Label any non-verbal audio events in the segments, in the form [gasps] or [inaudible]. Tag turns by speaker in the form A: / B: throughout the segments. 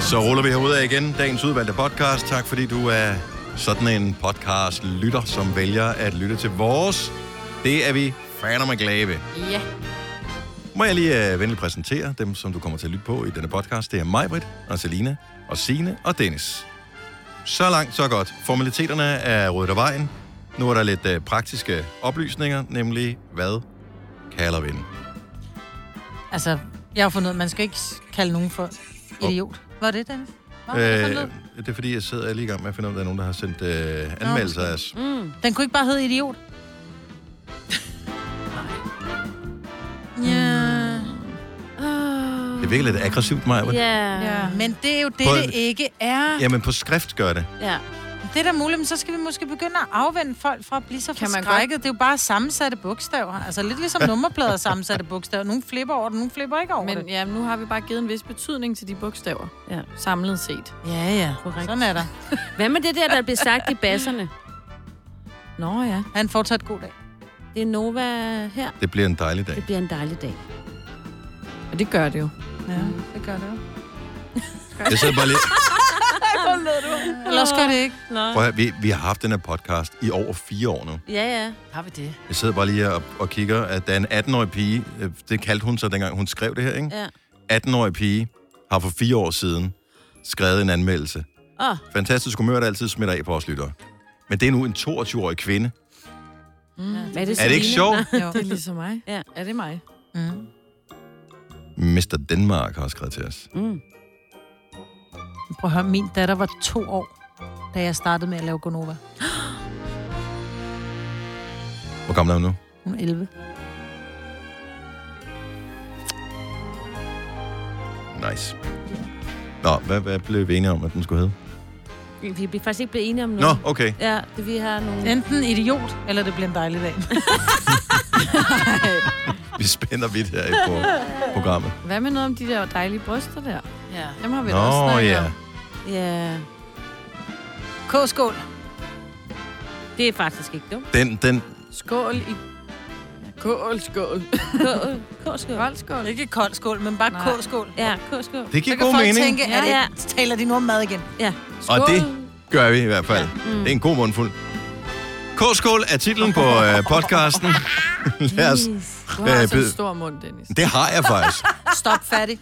A: Så ruller vi herud af igen dagens udvalgte podcast. Tak fordi du er sådan en podcast-lytter, som vælger at lytte til vores. Det er vi fandeme glade ved.
B: Ja.
A: Må jeg lige øh, venligt præsentere dem, som du kommer til at lytte på i denne podcast. Det er Majbrit, og Selina, og Sine og Dennis. Så langt, så godt. Formaliteterne er ryddet af vejen. Nu er der lidt øh, praktiske oplysninger, nemlig hvad kalder vi den?
C: Altså, jeg har fundet ud af, at man skal ikke s- kalde nogen for idiot. Var det, Dennis? Nå,
A: Øh, det er fordi, jeg sidder lige i gang med at finde ud af, at der er nogen, der har sendt øh, anmeldelser af os.
C: Mm. Den kunne ikke bare hedde idiot. ja.
A: Det virker lidt aggressivt, Maja.
C: ja. Men det er jo det,
A: Prøv-
C: det ikke er.
A: Jamen, på skrift gør det.
C: Ja. Det er da muligt, men så skal vi måske begynde at afvende folk fra at blive så
B: Kan man
C: forskrækket. Det er jo bare sammensatte bogstaver. Altså lidt ligesom nummerplader er sammensatte bogstaver. Nogle flipper over det, nogle flipper ikke over
B: Men
C: det.
B: ja, nu har vi bare givet en vis betydning til de bogstaver,
D: Ja.
B: samlet set.
C: Ja, ja.
D: Korrekt.
C: Sådan er der.
D: [laughs] Hvad med det der, der blev sagt i basserne?
B: Nå ja.
C: Han fortsat god dag.
D: Det er Nova her.
A: Det bliver en dejlig
D: Det
A: dag.
D: bliver en dejlig dag.
B: Og det gør det jo. Mm.
C: Ja, det gør det jo.
A: Jeg sidder bare lige...
C: [laughs] Eller også gør det ikke.
A: Prøv at, høre, vi, vi har haft den her podcast i over fire år nu.
D: Ja, ja.
C: Har vi det?
A: Jeg sidder bare lige og, og kigger, at der er en 18-årig pige, øh, det kaldte hun så dengang, hun skrev det her, ikke?
D: Ja.
A: 18-årig pige har for fire år siden skrevet en anmeldelse.
C: Ah.
D: Åh,
A: Fantastisk humør, der altid smitter af på os lyttere. Men det er nu en 22-årig kvinde.
D: hvad er det,
A: Er det ikke
D: Selina?
A: sjovt?
C: Jo.
B: Mm. Det er ligesom mig.
D: Ja.
B: Er det mig?
C: Mm.
A: Mr. Danmark har også skrevet til os.
D: Mm.
C: Prøv at høre, min datter var to år, da jeg startede med at lave
D: [gasps]
C: Gonova.
A: Hvor gammel er hun nu?
C: Hun er 11.
A: Nice. Nå, hvad, hvad blev vi enige om, at den skulle hedde?
D: Vi- Vi bliver faktisk ikke blevet enige om
A: Nå,
D: noget.
A: okay.
D: Ja, det, vi har nogle...
C: Enten idiot, eller det bliver en dejlig
D: [laughs]
C: dag.
A: Vi spænder vidt her i på programmet.
B: Hvad med noget om de der dejlige bryster der?
C: Ja.
B: Dem har vi da også
A: Nå,
B: snakket
A: ja.
B: om.
D: Ja.
C: K-skål.
D: Det er faktisk ikke dumt.
A: Den, den,
B: Skål i... Kål,
D: [laughs]
B: skål.
D: K- K-skål.
B: Kold skål.
C: Ikke kold skål, men bare
B: Nej.
C: K-skål.
D: Ja, K-skål.
A: det giver
C: Så kan
A: god
C: folk
A: mening.
C: tænke,
D: Ja,
C: at
D: ja.
C: det taler de nu om mad igen.
D: Ja.
A: Og det gør vi i hvert fald. Ja. Mm. Det er en god mundfuld. K-skål er titlen på øh, podcasten. Lad os,
B: Du har altså en
A: bid-
B: stor mund, Dennis.
A: det har jeg
D: [laughs]
A: faktisk.
C: Stop fattig.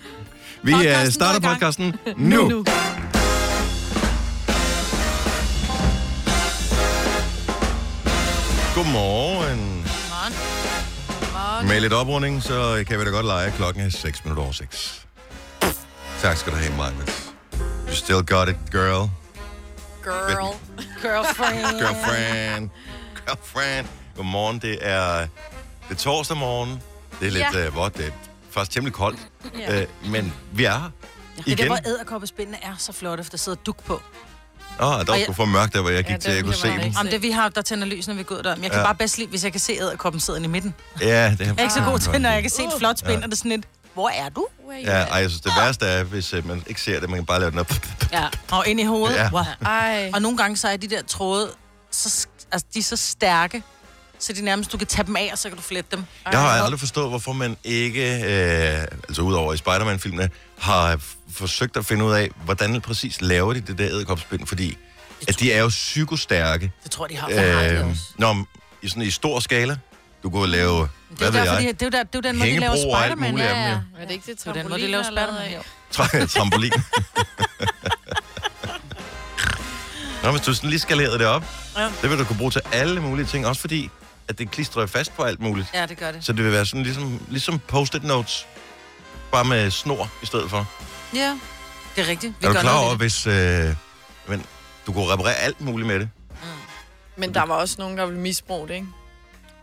A: Vi
C: Podcasten
A: øh,
C: går
A: starter
C: i gang.
A: podcasten nu.
B: nu.
A: Godmorgen. Med lidt oprunding, så kan vi da godt lege. Klokken er 6 minutter over 6. Tak skal du have, Marcus. You still got it, girl. Girl.
C: [laughs] Girlfriend.
A: Girlfriend. Girlfriend. Godmorgen, det er, det er torsdag morgen. Det er lidt ja. øh, vådt. Det er faktisk temmelig koldt. Ja. Øh, men vi er her.
C: Det er der,
A: Igen.
C: hvor æderkoppespindene er så flotte, for der sidder duk på.
A: Åh, oh, der
C: Og
A: var
C: jeg-
A: sgu for mørkt der, hvor jeg gik
B: Ja,
A: ja, til, at
B: det
A: jeg kunne se
B: var der
A: den.
B: ikke.
C: Jamen, det vi har, der tænder lys, når vi går ud der. Men jeg kan
A: Ja.
C: bare bedst lide, hvis jeg kan se æderkoppen sidde inde i midten. Jeg
A: Ja, det
C: er ikke så god til, når jeg kan se
A: Uh.
C: et flot spind,
A: Ja.
C: og det er sådan et, hvor er du?
A: Ja, ej, jeg synes, det værste er, hvis øh, man ikke ser det, man kan bare lave den op.
D: Ja.
C: Og ind i hovedet.
A: Ja.
C: Ja. Wow.
B: Ej.
C: Og nogle gange så er de der tråde, så, sk- altså, de er så stærke, så de nærmest, du kan tage dem af, og så kan du flette dem.
A: Jeg har aldrig forstået, hvorfor man ikke, øh, altså udover i Spider-Man-filmene, har f- forsøgt at finde ud af, hvordan præcis laver de det der æderkopspind, fordi at de er jo psykostærke.
C: Det tror jeg, de har.
A: Øh,
C: Øh, det
A: når, man- i sådan i stor skala, du kunne
C: er
A: lave, hvad
C: jo
A: ved
C: derfor,
A: jeg,
C: de, det er jo der, det er jo den måde, de laver
A: hængebro og alt
C: Spider-Man.
A: muligt
C: Ja,
A: af dem, ja.
B: Er det ikke det
C: det er jo den måde, de laver Spider-Man. jo.
A: [laughs] Tra- trampolin. Nå, hvis du sådan lige skalerede det op, ja.
C: Ja.
A: det vil du kunne bruge til alle mulige ting, også fordi, at det klistrer jo fast på alt muligt. Ja.
C: Ja, det gør det.
A: Så det vil være sådan ligesom, ligesom post-it notes, bare med snor i stedet for.
C: Ja, det er rigtigt.
A: Vi er du
C: gør
A: klar
C: noget
A: over,
C: ved det.
A: hvis... Øh, men du kunne reparere alt muligt med det?
B: Men der var også nogen, der ville misbruge det, ikke?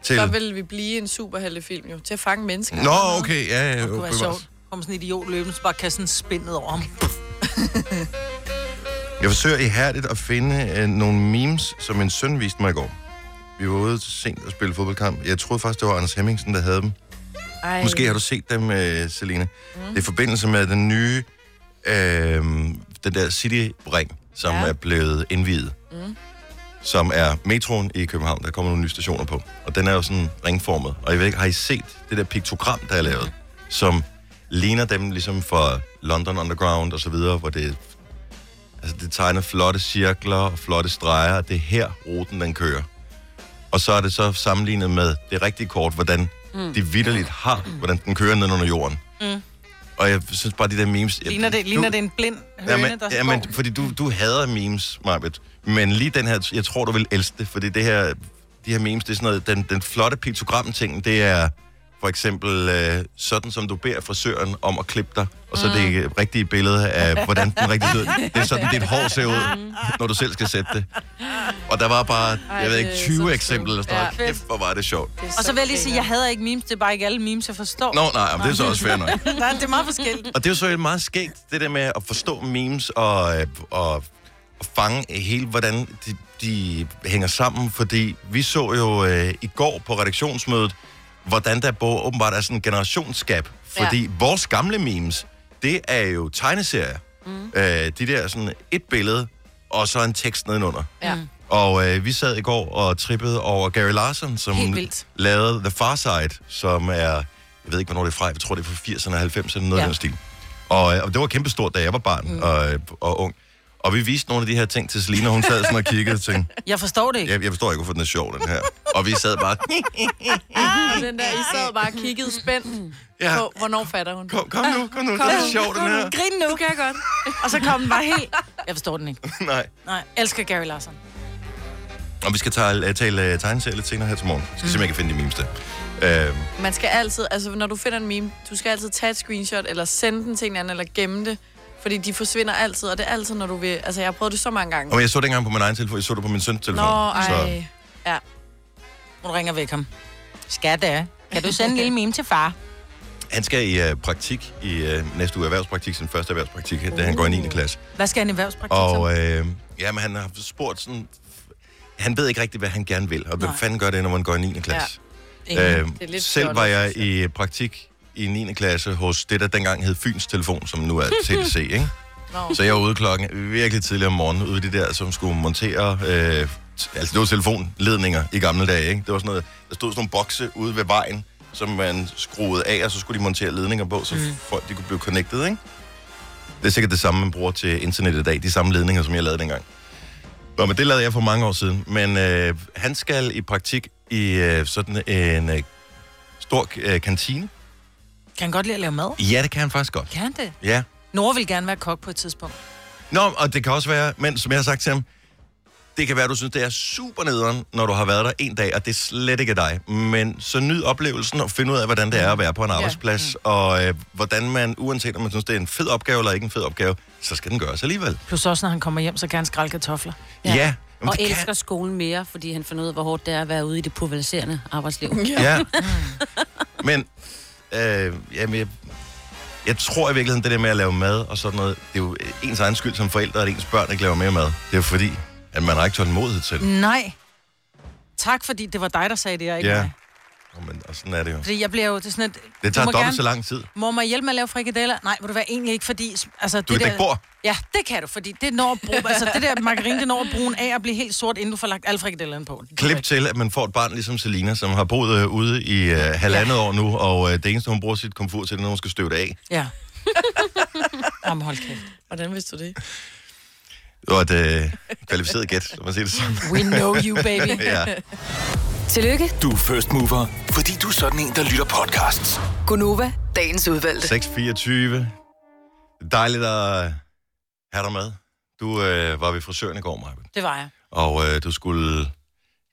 A: Til...
B: Så ville vi blive en superheltefilm jo, til at fange mennesker.
A: Nå, okay, ja,
C: Det
A: ja.
C: kunne være
A: bevares.
C: sjovt. Kom sådan en idiot løbende, så bare kaste sådan spindet over
B: Mm.
C: ham.
A: Jeg forsøger ihærdigt at finde øh, nogle memes, som min søn viste mig i går. Vi var ude til sent og spille fodboldkamp. Jeg troede faktisk, det var Anders Hemmingsen, der havde dem.
B: Ej.
A: Måske har du set dem, øh, Selina. Mm. Det er i forbindelse med den nye, øh, den der City-ring, som ja.
B: Ja.
A: er blevet indviet. Mm. Som er metroen i København. Der kommer nogle nye stationer på. Og den er jo sådan ringformet. Og jeg ved ikke, har I set det der piktogram, der er lavet? Som ligner dem ligesom fra London Underground og så videre, hvor det, altså det tegner flotte cirkler og flotte streger, og det er her ruten den kører. Og så er det så sammenlignet med det rigtige kort, hvordan mm. de vidderligt har, hvordan den kører ned under jorden.
C: Mm.
A: Og jeg synes bare, de der memes...
C: Ligner det,
A: du-
C: ligner det en blind høne,
A: Jamen,
C: der står?
A: jamen, fordi du, du hader memes, Marbet. Men lige den her, jeg tror, du vil elske det, fordi det her, de her memes, det er sådan noget, den, den flotte piktogram-ting, det er for eksempel øh, sådan, som du beder frisøren om at klippe dig, og så mm. det øh, rigtige billede af, hvordan den rigtige ser ud. Det er sådan, dit hår ser
C: Mm.
A: ud, når du selv skal sætte det. Og der var bare, jeg ved ikke,
B: det er
A: 20
B: så
A: eksempler eller sådan noget.
C: Ja.
A: Kæft, hvor var det sjovt.
B: Det er
C: Og så vil jeg lige sige, at jeg
B: grineren.
C: hader ikke memes. Det er bare ikke alle memes, jeg forstår.
A: Nå, nej, men det er så også fair nok.
C: [laughs] Nej, det er meget forskelligt.
A: Og det er jo så meget skægt, det der med at forstå memes og, øh, og, og fange hele, hvordan de, de hænger sammen. Fordi vi så jo øh, i går på redaktionsmødet, hvordan der både åbenbart er sådan en generationsgab. Fordi ja. vores gamle memes, det er jo tegneserier. Mm. Øh, de der sådan et billede, og så en tekst nedenunder.
B: Ja.
A: Og øh, vi sad i går og trippede over Gary Larson, som
C: Helt vildt.
A: lavede The Far Side, som er, jeg ved ikke, hvornår det er fra, jeg tror, det er fra 80'erne og 90'erne, noget ja.
C: Ja.
A: af den stil. Og, øh, og det var kæmpestort, da jeg var barn mm. og, øh, og ung. Og vi viste nogle af de her ting til Selina, og hun sad sådan og kiggede og tænkte,
C: Jeg forstår [laughs] det ikke.
A: jeg, jeg forstår ikke, hvorfor den er sjov, den her. Og vi sad bare,
B: Og [laughs] den der, I sad bare og kiggede spændt
A: ja,
B: på, hvornår fatter hun.
A: kom, kom nu, kom nu, den er sjov, den her.
C: Grin nu. kan jeg godt. Og så kom den bare
A: [laughs]
C: helt... Jeg forstår den ikke.
A: Nej.
C: Nej, elsker Gary Larson.
A: Og vi skal tale, tale øh, tegneserier lidt senere her til morgen. Jeg skal mm. se, om jeg kan finde de memes der. Øh,
B: Man skal altid, altså når du finder en meme, du skal altid tage et screenshot, eller sende den til en anden, eller gemme det. Fordi de forsvinder altid, og det er altid, når du vil... Altså, jeg har prøvet det så mange gange.
A: og jeg så det ikke engang på min egen telefon, jeg så det på min søns telefon.
B: Nå,
A: Så,
B: ej. Ja.
C: Nu ringer væk ham. Skat da. Kan du sende en lille meme til far?
A: Han skal i øh, praktik i øh, næste uge, erhvervspraktik, sin første erhvervspraktik, uh. da han går i 9. klasse.
C: Hvad skal han i erhvervspraktik som?
A: Og øh, jamen, han har spurgt sådan... Han ved ikke rigtigt, hvad han gerne vil, og hvem
C: Nej.
A: fanden gør det, når man går i 9. klasse?
C: Ingen.
A: Øh,
B: Det er lidt
A: selv
B: fjollet,
A: var jeg i praktik i 9. klasse hos det, der dengang hed Fyns Telefon, som nu er TDC, ikke?
B: Nå.
A: Så jeg var ude klokken virkelig tidlig om morgenen, ude i det der, som skulle montere... Øh, t- altså, det var telefonledninger i gamle dage, ikke? Det var sådan noget, der stod sådan nogle bokse ude ved vejen, som man skruede af, og så skulle de montere ledninger på, så folk de kunne blive connected, ikke? Det er sikkert det samme, man bruger til internet i dag, de samme ledninger, som jeg lavede dengang. Nå, men det lavede jeg for mange år siden. Men øh, han skal i praktik i øh, sådan en øh, stor øh, kantine.
C: Kan han godt lide at lave mad?
A: Ja, det kan han faktisk godt.
C: Kan han det?
A: Ja.
C: Nora vil gerne være kok på et tidspunkt.
A: Nå, og det kan også være, men som jeg har sagt til ham, det kan være, du synes, det er super nederen, når du har været der en dag, og det er slet ikke dig. Men så nyd oplevelsen og find ud af, hvordan det er at være på en arbejdsplads, og øh, hvordan man, uanset om man synes, det er en fed opgave eller ikke en fed opgave, så skal den gøres alligevel.
C: Plus også, når han kommer hjem, så kan han skrælle kartofler.
A: Ja. ja men
E: Og
A: det kan-
E: elsker skolen mere, fordi han finder ud af, hvor hårdt det er at være ude i det pulveriserende arbejdsliv.
D: [laughs]
A: Ja. Men, øh, jamen, jeg, jeg tror i virkeligheden, det der med at lave mad og sådan noget, det er jo øh, ens egen skyld som forældre, at ens børn ikke laver mere mad. Det er jo fordi, at man har ikke tålmodighed til det.
C: Nej. Tak, fordi det var dig, der sagde det, og ikke
A: Ja.
C: ja. mig.
A: Nå, men, og sådan er det jo.
C: Fordi jeg bliver jo det er sådan, at...
A: Det tager dobbelt så lang tid.
C: Må man hjælpe med at lave frikadeller? Nej, må du være egentlig ikke, fordi... Altså,
A: Du kan dække bord.
C: Ja, det kan du, fordi det når at bruge, altså det der margarine, det når at bruge af og blive helt sort, inden du får lagt alle frikadellerne på. Det
A: Klip til, at man får et barn ligesom Selina, som har boet øh, ude i øh, halvandet år nu, og øh, det eneste, hun bruger sit komfur til, det er, når hun skal støve det af.
B: [laughs]
C: Ja. Om hold kæft.
B: Hvordan vidste du det?
A: Det var et øh, kvalificeret gæt, lad mig sige det sådan.
C: We know you, baby.
A: [laughs] ja.
F: Tillykke,
G: Du er first mover, fordi du er sådan en, der lytter podcasts.
F: Gunova, dagens udvalgte.
A: 6.24. Dejligt at have dig med. Du øh, var ved frisøren i går, Maja,
C: Det var jeg.
A: og øh, du skulle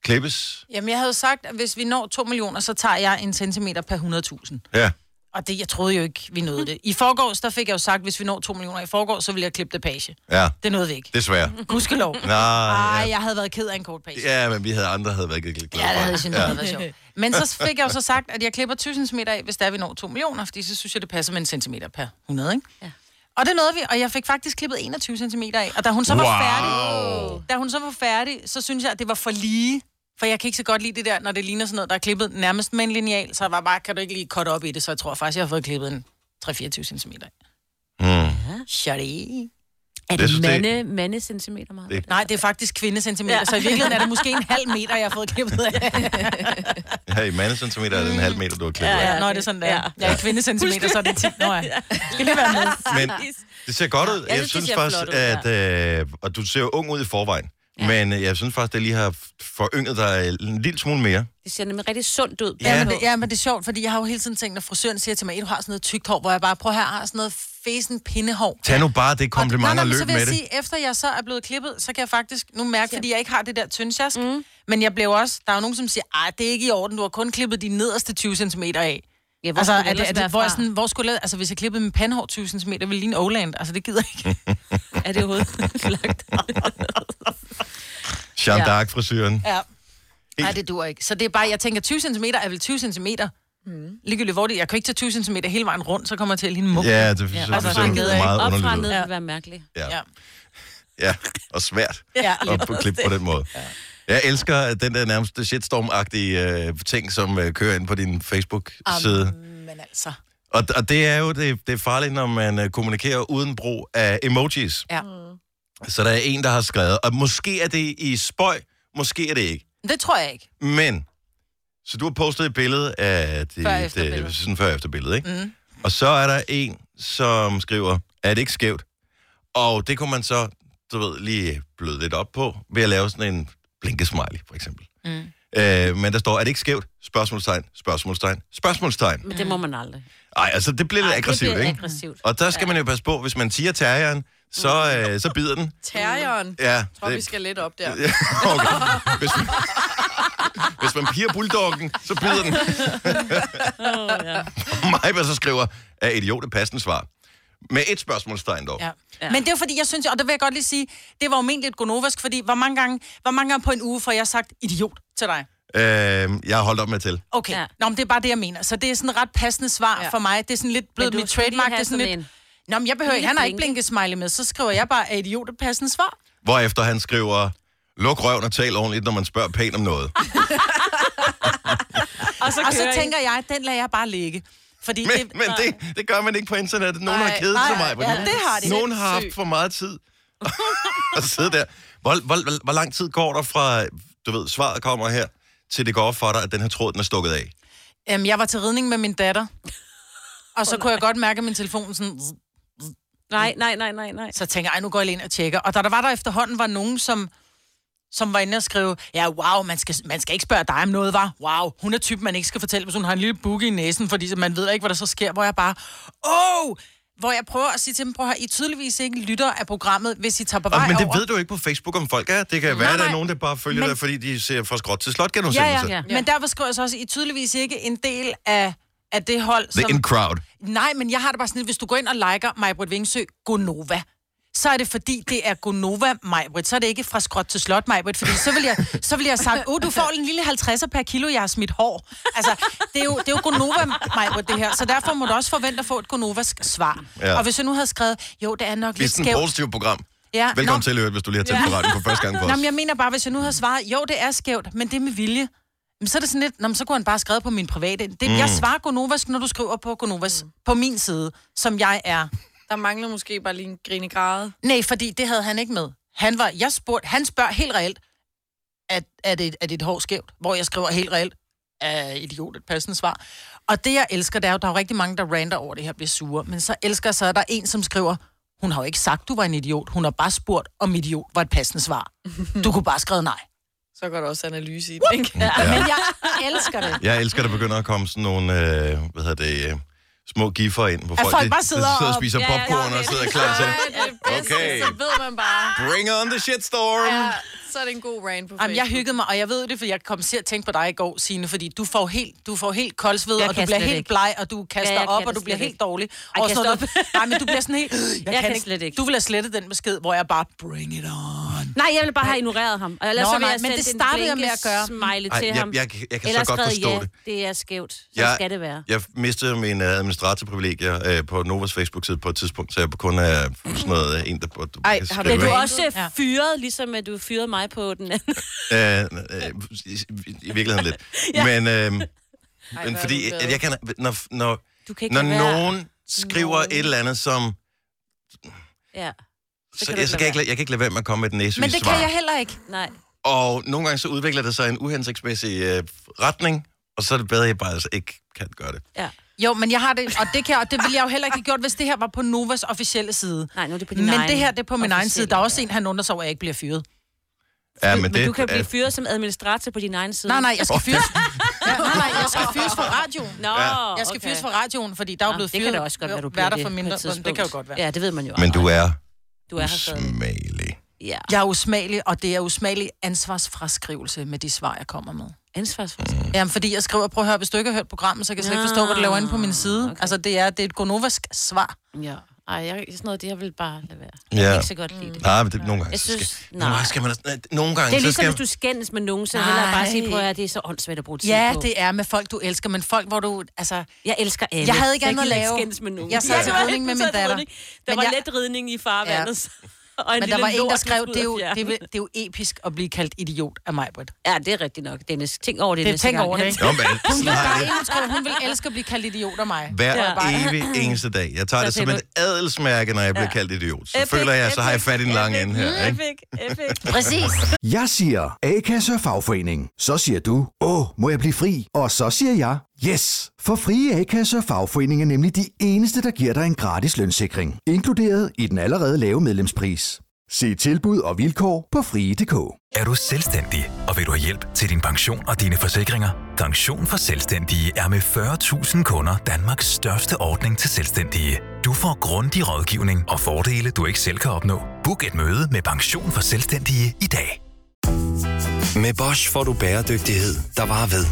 A: klippes.
C: Jamen, jeg havde jo sagt, at hvis vi når 2 millioner, så tager jeg en centimeter per 100.000.
A: Ja.
C: Og det, jeg troede jo ikke, vi nåede det. I forgårs, der fik jeg jo sagt, at hvis vi når 2 millioner i forgårs, så ville jeg klippe det page.
A: Ja,
C: Det nåede vi ikke.
A: desværre.
C: Gudskelov.
A: Nej,
C: Ej,
A: ja.
C: jeg havde været ked af en kort page.
A: ja, men vi havde andre, havde været lidt glade
C: Ja, det
A: for
C: havde jeg syntes, det havde været sjovt. Men så fik jeg jo så [laughs] sagt, at jeg klipper 1000 cm af, hvis der er, vi når 2 millioner, fordi så synes jeg, det passer med en centimeter per 100, ikke? Ja. Og det nåede vi, og jeg fik faktisk klippet 21 cm af. Og da hun så var
A: Wow.
C: færdig, da hun så var færdig, så synes jeg, at det var for lige. For jeg kan ikke så godt lide det der, når det ligner sådan noget, der er klippet nærmest med en lineal, så jeg var bare, kan du ikke lige cut op i det, så jeg tror faktisk, jeg har fået klippet en 3-24 cm.
A: Mm.
C: Shari.
D: Er
A: Jeg synes,
D: det
A: det-
D: mande, mande centimeter meget?
A: Det-
C: Nej, det er faktisk kvindecentimeter, ja.
B: Ja.
C: så i virkeligheden er det måske en halv meter, jeg har fået klippet af.
D: [laughs]
A: Her i mandecentimeter er det en halv meter, du har klippet ja, ja.
C: Nå, er det sådan, der. Ja. Jeg er kvindecentimeter, så er det tit. Nå, ja. Skal lige være med.
A: Men det ser godt ud.
E: Ja,
A: Jeg
E: det
A: synes
E: ser
A: faktisk,
E: flot ud,
A: at... Øh, og du ser jo ung ud i forvejen. Men øh, jeg synes faktisk, det lige har forynget dig en lille smule mere.
E: Det ser nemlig rigtig sundt ud.
A: Ja.
C: Ja, men det, ja, men det er sjovt, fordi jeg har jo hele tiden tænkt, når frisøren siger til mig, at du har sådan noget tykt hår, hvor jeg bare prøver her, har sådan noget fesen pindehår.
A: Tag nu bare det
C: Og- nej,
A: kompliment
C: nej,
A: og
C: men
A: løb
C: så vil
A: med
C: jeg
A: det.
C: sige, efter jeg så er blevet klippet, så kan jeg faktisk nu mærke, fordi jeg ikke har det der tyndsjask, mm. men jeg blev også, der er jo nogen, som siger, at det er ikke i orden, du har kun klippet de nederste 20 cm af.
D: Ja, hvor
C: Altså,
D: skulle
C: er
D: det
C: det, er
D: ellers
C: det,
D: være
C: hvor, er
D: fra?
C: sådan, hvor skulle jeg, altså, hvis jeg klippede min pandehår 20 cm, ville det ligne Oland. Altså, det gider jeg ikke.
D: Er det overhovedet
C: [laughs]
D: lagt?
A: Jeanne d'Arc-frisyren.
C: Ja. Nej, det dur ikke. Så det er bare, jeg tænker, 20 cm er vel 20 cm. Mm. Ligegyldigt hvor det er. Jeg kan ikke tage 20 cm hele vejen rundt, så kommer jeg til at ligne en Altså, muk.
A: Ja, det, ja, så,
C: og
A: det
C: fra
A: ser
C: ned, ikke?
A: meget
D: Op fra
A: underligt
D: ned
A: ud.
D: vil være mærkeligt.
A: Ja.
C: Ja.
A: ja, og svært.
C: [laughs] Ja,
A: og på klip på den måde. Jeg elsker den der nærmest shitstorm-agtige øh, ting, som øh, kører ind på din Facebook-side.
C: Men altså.
A: Og, og det er jo det, det er farligt, når man øh, kommunikerer uden brug af emojis.
C: Ja.
D: mm.
A: Så der er en, der har skrevet, og måske er det i spøj, måske er det ikke.
C: Det tror jeg ikke.
A: Men, så du har postet et billede af dit,
C: Før- efter billede.
A: øh, sådan før efter billede, ikke? Mm. Og så er der en, som skriver, er det ikke skævt? Og det kunne man så, du ved, lige bløde lidt op på, ved at lave sådan en blinkesmiley, for eksempel. Mm. Øh, men der står, er det ikke skævt? Spørgsmålstegn, spørgsmålstegn, spørgsmålstegn.
D: Men det må man aldrig.
A: Ej, altså det bliver lidt
D: Ej,
A: aggressivt,
D: det bliver
A: ikke?
D: aggressivt.
A: Og der skal man jo passe på, hvis man tiger terrieren, så,
C: Mm.
A: øh, så bider den.
B: Terrieren. Jeg
A: Ja,
B: tror, vi skal lidt op der. [laughs]
A: Ja, okay. Hvis man, hvis man piger bulldoggen, så bider
C: [laughs]
A: den.
D: Oh, ja.
A: Majba så skriver, er idiot et passende svar. Med et spørgsmålstegn dog. Ja.
C: Ja. Ja. Men det er jo fordi, jeg synes, og det vil jeg godt lige sige, det var jo ment lidt gonovask, fordi hvor mange gange, hvor mange gange på en uge får jeg sagt idiot til dig?
A: Øh, jeg har holdt op med til.
C: Okay, ja.
D: Ja.
C: Nå, men det er bare det, jeg mener. Så det er sådan et ret passende svar ja.
B: Ja.
C: for mig. Det er sådan lidt blevet
D: du
C: mit
D: skal lige
C: trademark.
D: have
C: Det er sådan
D: sådan
C: lidt... Nå, men jeg behøver ikke,
D: Lille
C: han har ikke
D: blinke.
C: blinket smiley med, så skriver jeg bare, er idiot et passende svar?
A: Hvorefter han skriver, luk røven og tal ordentligt, når man spørger pænt om
C: [laughs]
A: noget.
D: Og så,
C: Og så tænker jeg, den lader jeg bare ligge. Fordi
A: Men, men det, det gør man ikke på internettet. Nogen har
B: Ej,
A: kedet sig mig.
C: ja, det har de.
A: Nogen har haft for meget tid at sidde der. Hvor, hvor, hvor, hvor lang tid går der fra, du ved, svaret kommer her, til det går op for dig, at den her tråd, den er stukket af?
C: Øhm, jeg var til ridning med min datter. Og så oh, kunne jeg godt mærke, at min telefon sådan...
D: Nej, nej, nej, nej, nej.
C: Så tænker jeg, "Ej, nu går jeg lige ind og tjekker. Og da der var der efterhånden var nogen, som, som var inde og skrive, ja, wow, man skal, man skal ikke spørge dig om noget, var. Wow, hun er typen, man ikke skal fortælle, hvis hun har en lille bukke i næsen, fordi man ved ikke, hvad der så sker, hvor jeg bare, åh, oh! hvor jeg prøver at sige til dem, prøv at høre, I tydeligvis ikke lytter af programmet, hvis I tager på
A: Og,
C: vej
A: men det
C: over.
A: ved du jo ikke på Facebook, om folk er. Det kan nej, være, at der er
C: nej.
A: nogen, der bare følger
C: Men-
A: dig, fordi de ser fra skråt til slot
C: ja,
A: genudsendelse.
C: ja, ja, Men derfor skriver jeg så også, I er tydeligvis ikke en del af, af det hold,
A: The
C: som...
A: in-crowd.
C: Nej, men jeg har det bare sådan lidt, hvis du går ind og liker Majbrit Vingsø Gonova, så er det fordi, det er Gonova Majbrit. Så er det ikke fra skråt til slot Majbrit, fordi så vil jeg, så vil jeg have sagt, åh, du får en lille 50'er per kilo, jeg har smidt hår. Altså, det er jo, det er jo Gonova Majbrit, det her. Så derfor må du også forvente at få et Gonovask svar.
A: Ja.
C: Ja. Og hvis jeg nu havde skrevet, jo, det er nok
A: Hvis
C: lidt
A: den
C: skævt.
A: positive program.
C: Ja,
A: Velkommen
C: nå.
A: til, Hørt, hvis du lige har tændt på radioen for første gang på os.
C: [laughs] Nå, men jeg mener bare, hvis jeg nu havde svaret, jo, det er skævt, men det er med vilje. Men så er det sådan lidt, nå, men så kunne han bare skrive på min private. Det, mm. Jeg svarer Gonovas, når du skriver på Gonovas, mm. på min side, som jeg er.
B: Der mangler måske bare lige en grinegrade.
C: Nej, fordi det havde han ikke med. Han var, jeg spurgte, han spørger helt reelt, at, er, det, er det et hår skævt? Hvor jeg skriver helt reelt, er idiot et passende svar. Og det, jeg elsker, det er jo, der er jo rigtig mange, der rander over det her, bliver sure. Men så elsker jeg så, at der er en, som skriver, hun har jo ikke sagt, du var en idiot. Hun har bare spurgt, om idiot var et passende svar.
B: Mm.
C: Du kunne bare skrive nej.
B: Så går der også analyse i det, ikke? Ja.
A: Ja.
C: Jeg elsker det.
A: Jeg elsker, at der begynder at komme sådan nogle, øh, hvad hedder det, øh, små giffer ind, hvor
C: folk
A: de-
C: bare
A: de
C: sidder
A: sidder og
C: og-
A: spiser
D: Ja, ja,
A: popcorn og sidder klar til.
B: det er det bedste,
A: Okay.
B: Altså, så ved man bare.
A: Bring on the shitstorm!
B: Ja, så er det en god rant på Facebook.
C: Jamen, jeg hyggede mig, og jeg ved det, for jeg kom til at tænke på dig i går, Signe, fordi du får helt, du får helt koldsved,
D: Jeg
C: og du
D: kan
C: bliver
D: slet
C: helt
D: ikke.
C: bleg, og du kaster
D: Ja, jeg
C: ja,
D: kan
C: op, og
D: det
C: du bliver
D: slet
C: helt
D: ikke.
C: dårlig.
D: Ej,
C: og
D: kan
C: sådan
D: jeg
C: noget. Nej, men du bliver sådan helt... Jeg, jeg
D: kan slet ikke.
C: Du vil have slettet den besked, hvor jeg bare, bring it on.
D: Nej, jeg ville bare have ignoreret ham. Og ellers
C: Nå,
D: så vil
C: nej,
D: jeg
C: men
D: sende
C: det
D: en
C: startede jeg med at gøre.
D: smiley
A: Ej,
D: til
A: jeg-
D: ham.
A: jeg kan- jeg kan så
D: Ellers
A: godt
D: skrev,
A: forstå
D: ja,
A: det.
D: det er skævt. Så
A: Jeg-
D: skal det være.
A: Jeg mistede min øh, administratorprivilegier øh, på Novas Facebook-side på et tidspunkt, så jeg kun er sådan noget øh, en, der burde
B: Ej,
A: kan
B: har
A: skrive,
B: du-
D: Du
A: ikke?
D: er
B: Hvad?
D: også øh, fyret, ligesom at du fyrede mig på den anden.
A: Øh, øh, i, I virkeligheden
D: [laughs]
A: lidt. ja. Men, øh, men fordi at jeg kan, når, når,
D: Du kan ikke
A: når
D: lade være.
A: nogen skriver et eller andet, som
D: [laughs] Ja.
A: Så,
D: kan
A: så,
D: du
A: jeg, så
D: ikke
A: kan jeg, ikke,
D: lade
A: la- jeg kan ikke lade være med at komme med den næsevise
C: Men det
A: svar.
C: kan jeg heller ikke.
D: Nej.
A: Og nogle gange så udvikler det sig i en uhensigtsmæssig øh, retning, og så er det bedre, at jeg bare altså ikke kan gøre det.
C: Jo, men jeg har det, og det, kan, jeg- og det ville jeg jo heller ikke have gjort, hvis det her var på Novas officielle side.
D: Nej, nu er det på din
C: Men
D: egen
C: det her, det er på min egen side.
D: officielle,
C: Der er også en, han undrer sig over, at jeg ikke bliver fyret.
A: Ja,
D: Men, men du kan blive
A: er-
D: fyret som administrator på din egen side.
C: Nej, nej, jeg skal fyres. Ja, nej, nej, jeg skal fyres fra radioen.
D: Nå, ja.
C: Jeg skal okay. fyres fra radioen, fordi der er jo blevet
D: det
C: fyret.
D: kan det også godt være, du bliver
C: værter
D: det
C: for
D: på
C: mindre,
D: et tidspunkt.
C: det kan jo godt være. Ja.
D: Ja, det ved man jo.
A: Men du
D: aldrig.
A: er
D: du er her stadig.
A: usmagelig.
D: Ja.
C: Jeg er usmagelig, og det er usmagelig ansvarsfraskrivelse med de svar, jeg kommer med.
D: Ansvarsfuldt.
C: Jamen, fordi jeg skriver, prøv at høre, hvis du ikke har hørt programmet, så kan jeg slet ikke forstå, hvad du laver inde på min side. Okay. Altså, det er, det er et gonovask svar.
D: Ah, Ja. Ej, jeg, sådan noget, det jeg vil bare lade være. Jeg
A: Ja.
D: kan ikke så godt lide det.
A: Nej, men det, nogle gange,
D: Jeg
A: så
D: synes-
A: skal, nogle
D: nej.
A: gange skal man... også- Nogle gange,
D: Det er
A: så
D: ligesom,
A: skal,
D: hvis du skændes med nogen, så hellere bare sige,
C: Nej.
D: prøv at høre, det er så åndssvagt at bruge tid
C: Ja,
D: på.
C: det er med folk, du elsker, men folk, hvor du, altså...
D: Jeg elsker alle.
C: Jeg havde ikke
D: Så
C: andet at
D: gider
C: lave.
D: skændes med nogen.
C: Jeg sad
D: Ja,
C: til
D: det var
C: ridning med
D: ikke-
C: min
D: [laughs] så til
C: datter.
D: ridning. Der
C: Men
D: var
C: jeg-
D: let ridning i farvandet. [laughs] Og
C: Men
D: en
C: der
D: lille
C: var en, der
D: lort,
C: skrev,
D: skulle
C: det er, jo,
D: ud af
C: det, er,
D: fjerne.
C: det er jo episk at blive kaldt idiot af mig, Britt.
D: Ja, det er rigtigt nok, Dennis. Tænk over det,
C: Det-
D: næste
C: tænk
D: gang.
C: over det,
D: Han-
C: ikke?
A: Nå, men,
C: Der
A: nej,
C: er en, der skrev, hun vil elske at blive kaldt idiot af mig.
A: hver
C: Ja.
A: evig eneste dag. Jeg tager det
D: Så
A: som et
D: pænt
A: adelsmærke, når jeg bliver kaldt idiot. Så føler jeg, så har jeg fat i en lang ende her. Ikke?
D: Epic, epic.
C: Præcis.
H: Jeg siger A-kasse og fagforening. Så siger du, åh, må jeg blive fri? Og så siger jeg, yes! For frie A-kasse og fagforening er nemlig de eneste, der giver dig en gratis lønssikring. Inkluderet i den allerede lave medlemspris. Se tilbud og vilkår på frie.dk.
G: Er du selvstændig, og vil du have hjælp til din pension og dine forsikringer? Pension for Selvstændige er med 40.000 kunder Danmarks største ordning til selvstændige. Du får grundig rådgivning og fordele, du ikke selv kan opnå. Book et møde med Pension for Selvstændige i dag.
I: Med Bosch får du bæredygtighed, der varer ved.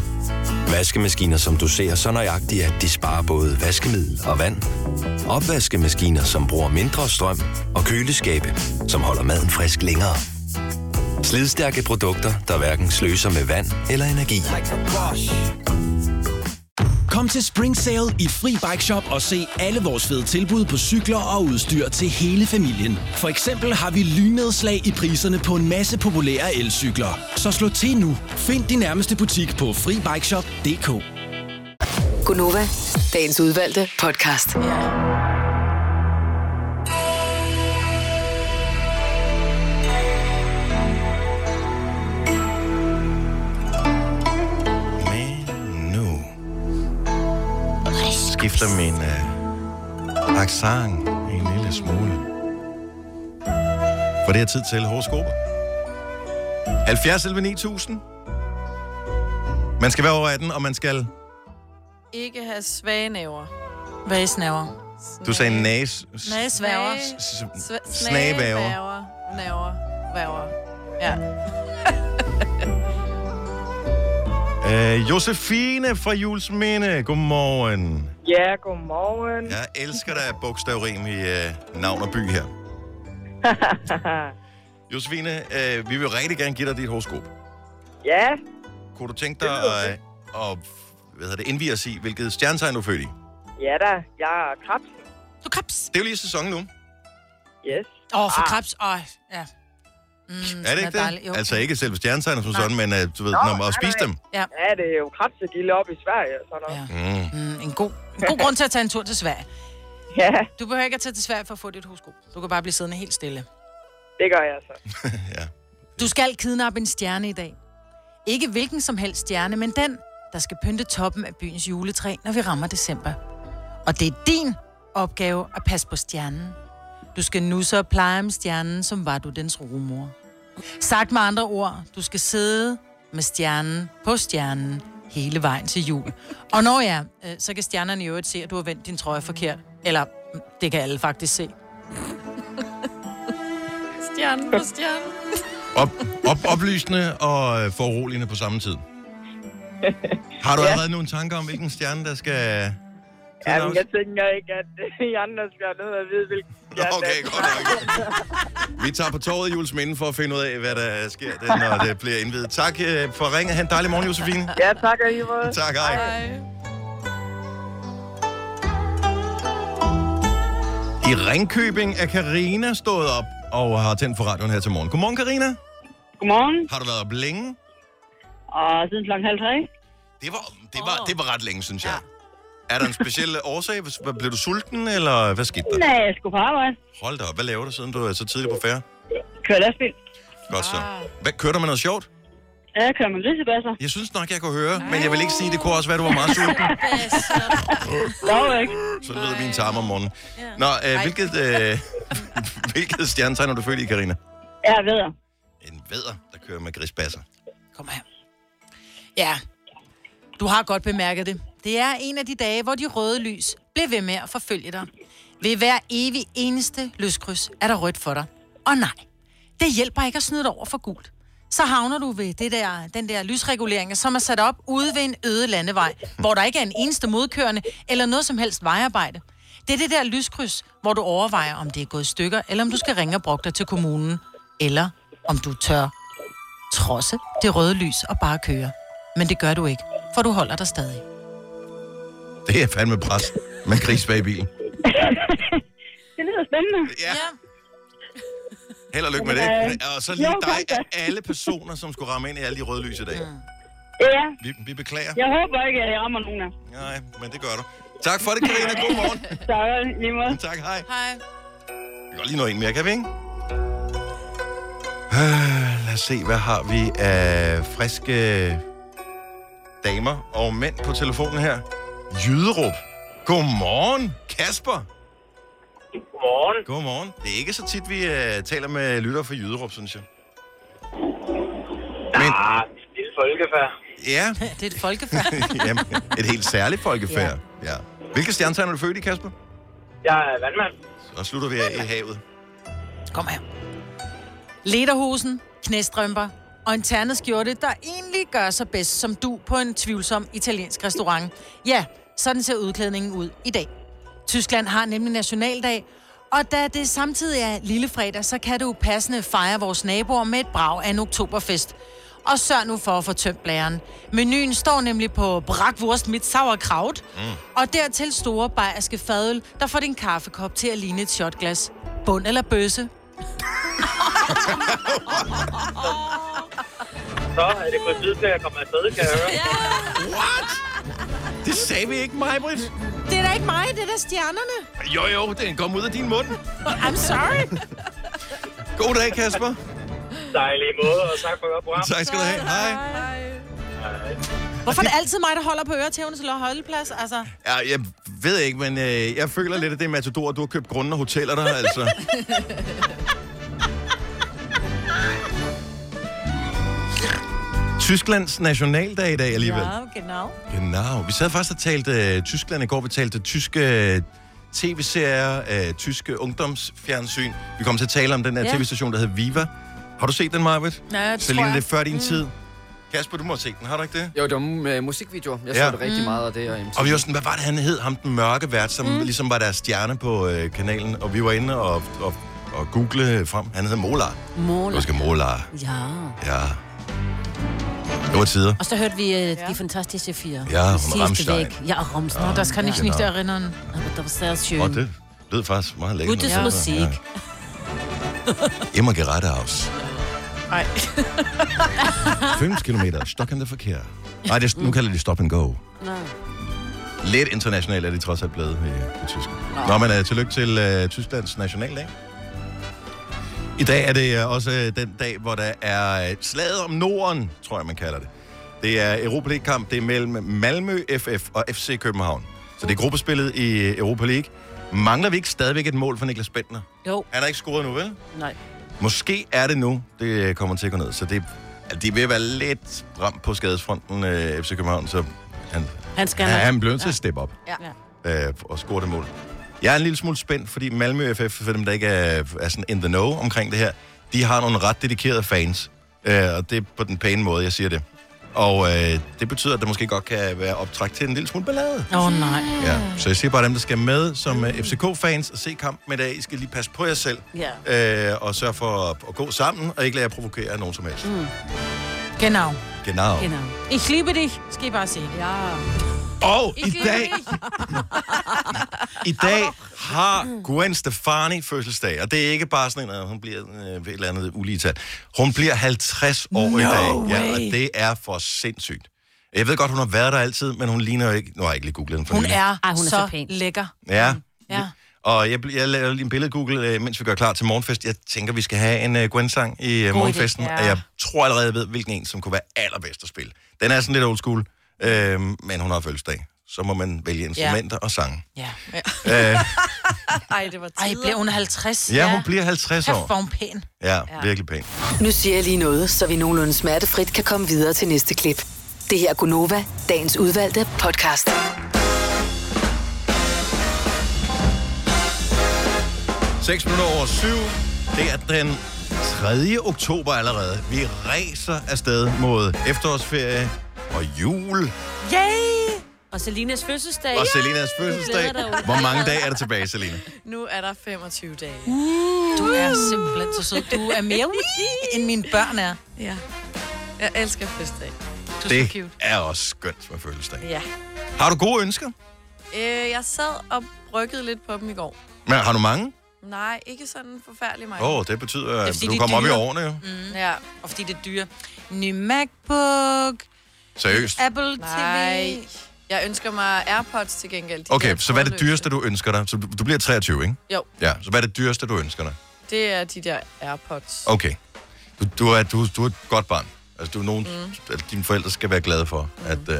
I: Vaskemaskiner, som du ser så nøjagtigt, at de sparer både vaskemiddel og vand. Opvaskemaskiner, som bruger mindre strøm. Og køleskabe, som holder maden frisk længere. Slidstærke produkter, der hverken sløser med vand eller energi.
J: Kom til Spring Sale i Fri Bike Shop og se alle vores fede tilbud på cykler og udstyr til hele familien. For eksempel har vi lynedslag i priserne på en masse populære elcykler. Så slå til nu. Find din nærmeste butik på FriBikeShop.dk
F: Gunova, dagens udvalgte podcast.
A: Men nu skifter min øh, accent en lille smule. For det er tid til horoskoper. 70 11 9000. Man skal være over 18, og man skal...
B: Ikke have svage næver.
C: Hvad er snæver?
A: Du sagde næs...
C: Hvad er svæver?
B: Svage- sv-
A: Snagebaver.
B: Næver. Væver. Ja.
A: Øh, Josefine fra Jules Minde. Godmorgen.
K: Ja, godmorgen.
A: Jeg elsker, der er bogstavrim i øh, navn og by
K: [laughs]
A: her. Josefine, øh, vi vil rigtig gerne give dig dit horoskop.
K: ja,
A: Kunne du tænke dig at, at hvad hedder det, indvige os i, hvilket stjernetegn du er født i? Det
K: ja da. Jeg er krebs.
C: Du krebs.
A: er jo lige sæsonen nu.
K: Yes. Ah.
C: Åh, oh, for krebs. Åh, oh, ja. Mm,
A: Er
C: den
A: det ikke
C: dejlig. Jo.
A: det? Altså ikke selve stjernetegnet som sådan, men øh, du ved, når man
K: nej,
A: at spise
K: nej.
A: dem.
K: Ja, det er jo krebsegilde op i Sverige og sådan noget.
C: Ja.
K: Ja.
A: Mm.
C: Mm, en, god, en god grund til at tage en tur til Sverige.
K: ja,
C: Du behøver ikke at tage til Sverige for at få dit horoskop. Du kan bare blive siddende helt stille.
K: det gør
A: [laughs]
K: jeg så.
C: Du skal kidnappe en stjerne i dag. Ikke hvilken som helst stjerne, men den, der skal pynte toppen af byens juletræ, når vi rammer december. Og det er din opgave at passe på stjernen. Du skal nu så pleje med stjernen, som var du dens rumor. Sagt med andre ord, du skal sidde med stjernen på stjernen hele vejen til jul. Og når ja,
D: [laughs]
C: øh, så kan stjernerne i øvrigt se, at du har vendt din trøje forkert. Eller, mm, det kan alle faktisk se.
B: Stjerne på stjerne.
A: Op, op, oplysende og øh, foruroligende på samme
K: [laughs]
A: tid. Har du allerede nogle tanker om, hvilken stjerne, der skal...
K: Jamen, jeg tænker ikke, at [laughs] I andre skal have noget at vide, hvilken
A: Nå, okay, godt nok. Vi tager på toget i Jules Minde for at finde ud af, hvad der sker, det, når det bliver indvidet. Tak øh, for ringen. Ha' en dejlig morgen, Josefine.
K: Ja, tak og i måde.
A: [laughs] Tak, hej.
B: Ej.
A: I Ringkøbing er Karina stået op og har tændt for radioen her til morgen. Godmorgen, Karina.
K: Godmorgen.
A: Har du været op længe?
K: Og siden klokken halv tre.
A: Det var, det var, det var ret længe, synes jeg. Er der en speciel årsag? Hvad- hvad- Blev du sulten, eller hvad skete der?
L: Nej, jeg skulle på arbejde.
A: Hold da op, hvad laver du, siden du er så tidligt på færre?
L: Køre lastbil.
A: Godt så.
K: Ah.
A: Hvad, kører du med noget sjovt?
L: Ja, jeg kører med grisebasser.
A: Jeg synes nok, jeg kunne høre, men jeg vil ikke sige, det kunne også være, du var meget sulten.
L: Dog ikke.
A: Så lyder min tarm om morgenen. Nå, øh, hvilket, øh, [laughs] hvilket stjernetegn er du født i, Karina?
L: Ja, jeg ved jeg.
A: En væder, der kører med grisbasser.
C: Ja, du har godt bemærket det. Det er en af de dage, hvor de røde lys bliver ved med at forfølge dig. Ved hver evig eneste lyskryds er der rødt for dig. Og nej, det hjælper ikke at snyde dig over for gult. Så havner du ved det der, den der lysregulering, som er sat op ude ved en øde landevej, hvor der ikke er en eneste modkørende eller noget som helst vejarbejde. Det er det der lyskryds, hvor du overvejer, om det er gået i stykker, eller om du skal ringe og brokke dig til kommunen, eller om du tør trodse det røde lys og bare køre. Men det gør du ikke, for du holder dig stadig.
A: Det er fandme pres med gris bag i bilen.
L: [laughs] Det lyder spændende.
A: Ja. Held og lykke med
L: Jamen,
A: det.
L: øh,
A: Og så lige
L: jo, tak
A: dig
L: da.
A: af alle personer, som skulle ramme ind i alle de røde lys i dag.
L: Ja,
A: Vi, vi beklager.
L: jeg håber ikke, at jeg rammer nogen af.
A: Nej, men det gør du. Tak for det, Karina. God morgen.
L: [laughs] Tak, lige måde.
A: Tak, hej.
C: Hej.
A: Vi kan godt lige nå en mere, kan vi ikke? Øh, lad os se, hvad har vi af friske damer og mænd på telefonen her? Jyderup. Godmorgen, Kasper.
K: Godmorgen.
A: Godmorgen. Det er ikke så tit, vi uh, taler med lyttere fra Jyderup, synes jeg. Men...
K: Ah, lille folkefærd.
A: Ja,
C: Det er et folkefærd.
A: Jamen, et helt særligt folkefærd. Ja. ja. Hvilke stjernetegn er du født i, Kasper?
K: Jeg er vandmand.
A: Og slutter vi af i havet.
C: Kom her. Lederhosen, knæstrømper og en ternet skjorte, der egentlig gør sig bedst som du på en tvivlsom italiensk restaurant. Ja, sådan ser udklædningen ud i dag. Tyskland har nemlig nationaldag, og da det samtidig er lillefredag, så kan du passende fejre vores naboer med et brag af en oktoberfest. Og sørg nu for at få tømt blæren. Menuen står nemlig på Brackwurst mit sauerkraut, og dertil store bajerske fadøl, der får din kaffekop til at ligne et shotglas. Bund eller bøsse,
K: Så er det på tid til at komme afsted, kan jeg høre.
A: What? Det sagde vi ikke, mig, Britt.
C: Det er da ikke mig, det er da stjernerne.
A: Jo, jo, den kom ud af din mund.
C: I'm sorry.
A: God dag, Kasper.
K: Dejlig måde, og tak for at program.
A: Tak skal du have. Hej.
C: Hvorfor er det altid mig, der holder på øretævne til at holde plads? Altså,
A: Ja, jeg ved ikke, men øh, jeg føler lidt, at det er Matador, du har købt grunde og hoteller der, altså. Tysklands nationaldag i dag alligevel.
C: ja, genau.
A: Genau. Vi sad faktisk og talte øh, Tyskland i går. Vi talte tyske øh, tv-serier, øh, tyske ungdomsfjernsyn. Vi kom til at tale om den der
C: Ja.
A: tv-station, der hedder Viva. Har du set den, Marvitt?
C: Nej, det
A: Celine,
M: tror jeg.
A: det er før din
M: Mm.
A: tid. Kasper, du må have set den. Har du ikke det?
M: Jo, det var mu- øh, musikvideoer. Jeg så det rigtig meget af det. Og,
A: Og vi var sådan, hvad var det, han hed? Ham den mørke vært, som mm. ligesom var deres stjerne på øh, kanalen. Og vi var inde og, og, og google frem. Han hed Molar.
D: Mål.
A: Du skal Molar.
D: Ja.
A: Ja. Det var tider.
D: Og så hørte vi uh, de fantastiske fire.
A: Ja,
D: Die
A: und
D: siehste
A: Rammstein.
D: Weg. Ja, og Rammstein.
A: Ah, Nå, das kann ich nicht genau.
C: erinnern.
D: Aber das war sehr schön.
A: Og det lød faktisk meget lækkert.
D: Gutes
A: Ja.
D: Musik.
A: Immer geradeaus.
C: Nej.
A: 5 kilometer. Stop der forkert. Nej, det, er- nu kalder de stop and go. Lidt internationalt er de trods alt blevet øh, på tysk. Nå, men uh, tillykke til uh, Tysklands nationaldag. I dag er det uh, også uh, den dag, hvor der er uh, slaget om Norden, tror jeg, man kalder det. Det er Europa League-kamp, det er mellem Malmø FF og FC København. Så det er gruppespillet i øh, Europa League. Mangler vi ikke stadigvæk et mål for Niklas Bentner?
D: Jo.
A: Han har ikke scoret nu, vel?
D: Nej.
A: Måske er det nu, det kommer til at gå ned. Så det, altså, de vil være lidt ramt på skadesfronten, øh, FC København, så han,
D: Han skal
A: ja,
D: nok.
A: han bliver nødt til at steppe op
D: Ja.
A: øh, og score det mål. Jeg er en lille smule spændt, fordi Malmø FF, for dem der ikke er, er sådan in the know omkring det her, de har nogle ret dedikerede fans. Øh, og det er på den pæne måde, jeg siger det. Og øh, det betyder, at der måske godt kan være optræk til en lille smule ballade.
C: Åh, oh, nej.
A: Ja, så jeg siger bare, at dem, der skal med som øh, FCK-fans og se kampen i dag, I skal lige passe på jer selv
C: Ja.
A: øh, og sørge for at, at gå sammen, og ikke lade jer provokere af nogen som helst.
C: Mm. Genau.
A: Genau.
C: Genau. Ich liebe dich, skal I bare sige. Ja.
A: Og i dag, i dag
C: Mm.
A: har Gwen Stefani fødselsdag, og det er ikke bare sådan en, at hun bliver øh, et eller andet uligetal. Hun bliver 50 år i
N: No
A: dag, ja,
N: way.
A: og det er for sindssygt. Jeg ved godt, hun har været der altid, men hun ligner jo ikke... Nu har jeg ikke lige googlet hende for
C: Hun
A: nylig.
C: er,
D: Ej, hun
C: så,
D: er så
C: så lækker.
A: Ja.
C: Ja.
A: Og jeg, bl- jeg laver lige en billede Google, øh, mens vi gør klar til morgenfest. Jeg tænker, vi skal have en uh, Gwen-sang i uh,
C: idé,
A: morgenfesten,
C: ja.
A: og jeg tror allerede, jeg ved, hvilken en, som kunne være allerbedst at spille. Den er sådan lidt old school, øh, men hun har fødselsdag. Så må man vælge instrumenter og sange.
C: Ja.
A: Øh,
B: Ej, det var
C: tider. Ej, bliver hun 50?
A: ja, hun bliver 50
F: Kæft,
A: år.
F: hvor
C: hun pæn.
A: Ja, virkelig pæn.
F: Nu siger jeg lige noget, så vi nogenlunde smertefrit kan komme videre til næste klip. Det her er Gunova, dagens udvalgte podcast.
A: Seks minutter over syv. Det er den 3. oktober allerede. Vi ræser afsted mod efterårsferie og jul.
D: Yay! Og Selinas fødselsdag.
A: Og Selinas fødselsdag.
D: Du glæder dig jo.
A: Hvor mange dage er der tilbage, Selina?
B: Nu er der 25 dage.
C: Du er simpelthen så sød. Du er [laughs] mere end mine børn er.
B: Ja. Jeg elsker fødselsdag. Du er så
A: Det
B: cute.
A: er også skønt med fødselsdag.
B: Ja.
A: Har du gode ønsker?
B: Øh, jeg sad og bryggede lidt på dem i går.
A: Men har du mange?
B: Nej, ikke sådan forfærdelig meget.
A: Åh, oh, det betyder,
C: Det er
A: at
C: fordi,
A: du
C: de er
A: kommer op i
C: dyre.
A: årene jo.
C: Mm. Ja. Og fordi det er dyre. Ny MacBook.
A: Seriøst.
C: Apple TV.
B: Nej. Jeg ønsker mig AirPods til gengæld. De der
A: Okay, så hvad er det
B: trådløse.
A: dyreste, du ønsker dig? Så du du bliver 23, ikke?
B: Jo,
A: Ja, så hvad er det dyreste, du ønsker dig?
B: det er de der AirPods.
A: Okay. Du, du, er, du, du er et godt barn. Altså, du er nogen, mm. at dine forældre skal være glade for, at uh,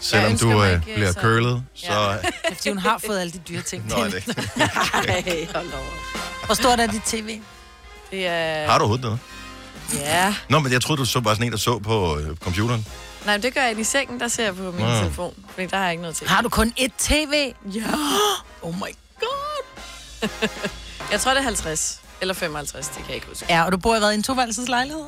A: selvom
C: ønsker
A: du
C: mig
A: uh,
C: ikke,
A: bliver
C: så-
A: curlet, så... øh,
C: [laughs]
A: Ja.
C: Det er, fordi hun har fået alle de dyre ting
A: Nå, er
C: [laughs]
A: det ikke?
C: Ej, hold over. Hvor stort er dit tv?
B: Det er...
A: Har du overhovedet noget?
B: Ja.
A: Nå, men jeg troede, du så bare sådan en, der så på øh, computeren. [laughs]
B: Nej, men det gør jeg i sengen, der ser jeg på min
A: Nå.
B: telefon. Fordi der har jeg ikke noget til.
C: Har du kun et tv?
B: Ja.
C: [gasps] Oh my
B: [laughs] Jeg tror, det er 50. Eller 55, det kan jeg ikke huske.
C: Ja, og du bor i hvad, i en toværelseslejlighed?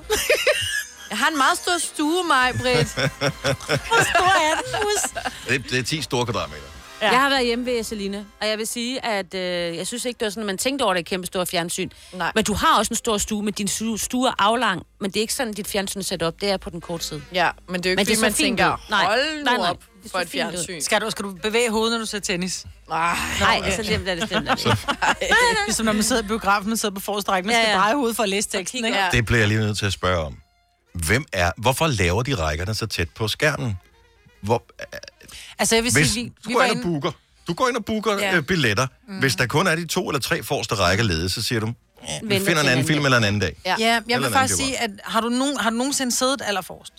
B: Jeg har en meget stor [laughs] stue, mig, Britt.
D: Hvor stor er den, hus?
A: det, det er 10 store kvadratmeter.
D: [laughs] Ja. Jeg har været hjemme ved Selina, og jeg vil sige, at øh, jeg synes ikke, det var sådan, at man tænkte over det i et kæmpe store fjernsyn.
B: Nej.
D: Men du har også en stor stue, men din su- stue er aflang, men det er ikke sådan, dit fjernsyn er sat op. Det er på den korte side.
B: Ja, men det er jo ikke,
D: men
B: fordi man tænker, hold nu op
D: Det
B: for
D: så
B: et
D: fint ud.
B: fjernsyn.
C: Skal du, skal du bevæge hovedet, når du ser tennis?
B: Nej,
D: Nej, så nemt er det stemt.
B: [laughs]
C: [laughs] Ligesom når man sidder i biografen, man sidder på forreste række, man skal
D: Ja,
C: ja,
D: ja.
C: ja. dreje hovedet for at læse teksten, ikke?
A: Det bliver jeg lige nødt til at spørge om. Hvem er, hvorfor laver de rækkerne så tæt på skærmen? Hvor,
C: Altså, jeg vil
A: hvis,
C: sige, vi,
A: du
C: vi
A: går
C: var
A: ind og
C: inde...
A: booker, du går ind og booker
C: Ja.
A: ja. øh, billetter. Mm. Hvis der kun er de to eller tre forreste rækker ledige, så siger du, "Ja, vi
C: Venter til
A: finder en
C: en anden
A: anden film
C: dag."
A: eller en anden dag.
C: Ja,
A: Eller
C: ja
A: en
C: jeg vil
A: anden
C: faktisk
A: biograf.
C: sige, at har du, nogen, har du nogensinde siddet allerforrest?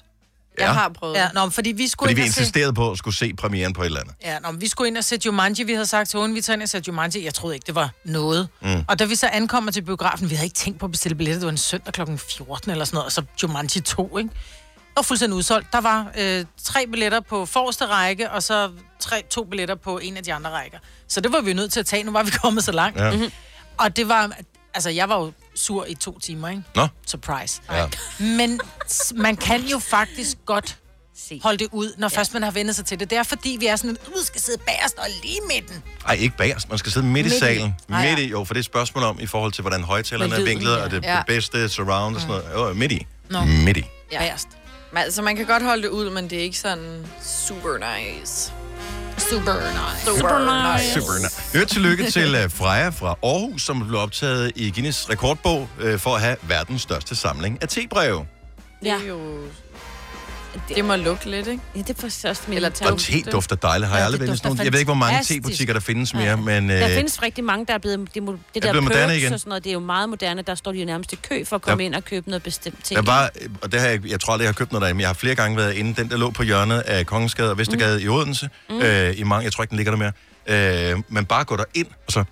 A: Ja. Jeg har
B: prøvet.
C: Ja, nå, men fordi vi skulle
A: Fordi vi
C: ind og se...
A: insisterede på at skulle se premieren på et eller andet.
C: Ja, nå, men vi skulle ind og se Jumanji. Vi havde sagt til Owen, vi tager ind og ser Jumanji. Jeg troede ikke, det var noget. Mm. Og da vi så ankommer til biografen, vi havde ikke tænkt på at bestille billetter. Det var en søndag kl. 14 eller sådan noget, og så Jumanji 2, ikke? Det var fuldstændig udsolgt. Der var øh, tre billetter på forreste række, og så tre, to billetter på en af de andre rækker. Så det var vi jo nødt til at tage. Nu var vi [laughs] kommet så langt.
A: Ja.
C: Mm-hmm. Og det var... Altså, jeg var jo sur i to timer, ikke?
A: Nå?
C: Surprise.
A: Ja.
C: Men s- man kan jo faktisk godt holde det ud, når ja. først man har vendt sig til det. Det er fordi, vi er sådan, at du skal sidde bagerst og lige midten.
A: Ej, ikke bagerst. Man skal sidde midt,
C: Midt
A: midt
C: i.
A: i salen.
C: Ah, ja.
A: Midt i, jo, for det er et spørgsmål om, i forhold til, hvordan højtalerne
B: Med
A: er
B: lyden,
A: vinklet,
B: ja.
A: og det,
B: Ja.
A: det bedste surround og sådan
C: Mm.
A: noget. Jo, midt i.
B: Nå.
A: Midt i.
B: Ja.
C: Værst.
B: Men, altså, man kan godt holde det ud, men det er ikke sådan super nice.
C: Super nice.
B: Super nice.
A: Super nice. Hør tillykke til øh, Freja fra Aarhus, som blev optaget i Guinness rekordbog øh, for at have verdens største samling af tebreve.
B: Det er jo... Det må lugte lidt, ikke?
D: Ja, det er også min
B: Eller
A: Og te dufter dejligt. Har jeg aldrig været i sådan nogle. Jeg ved ikke, hvor mange
D: fantastisk.
A: tebutikker, der findes mere, men...
D: Der
A: Øh,
D: findes rigtig mange, der er blevet... Det, mo- det
A: er
D: der
A: blevet moderne
D: perks
A: igen.
D: Og sådan noget, det er jo meget moderne. Der står de jo nærmest i kø for at komme
A: Ja.
D: ind og købe noget bestemt ting.
A: der var, og det har jeg, jeg tror aldrig, jeg har købt noget derinde, men jeg har flere gange været inde. Den, der lå på hjørnet af Kongensgade og Vestergade mm. i Odense,
D: Mm.
A: mm. øh, i mange, jeg tror ikke, den ligger der mere. Øh, men bare gå der ind og så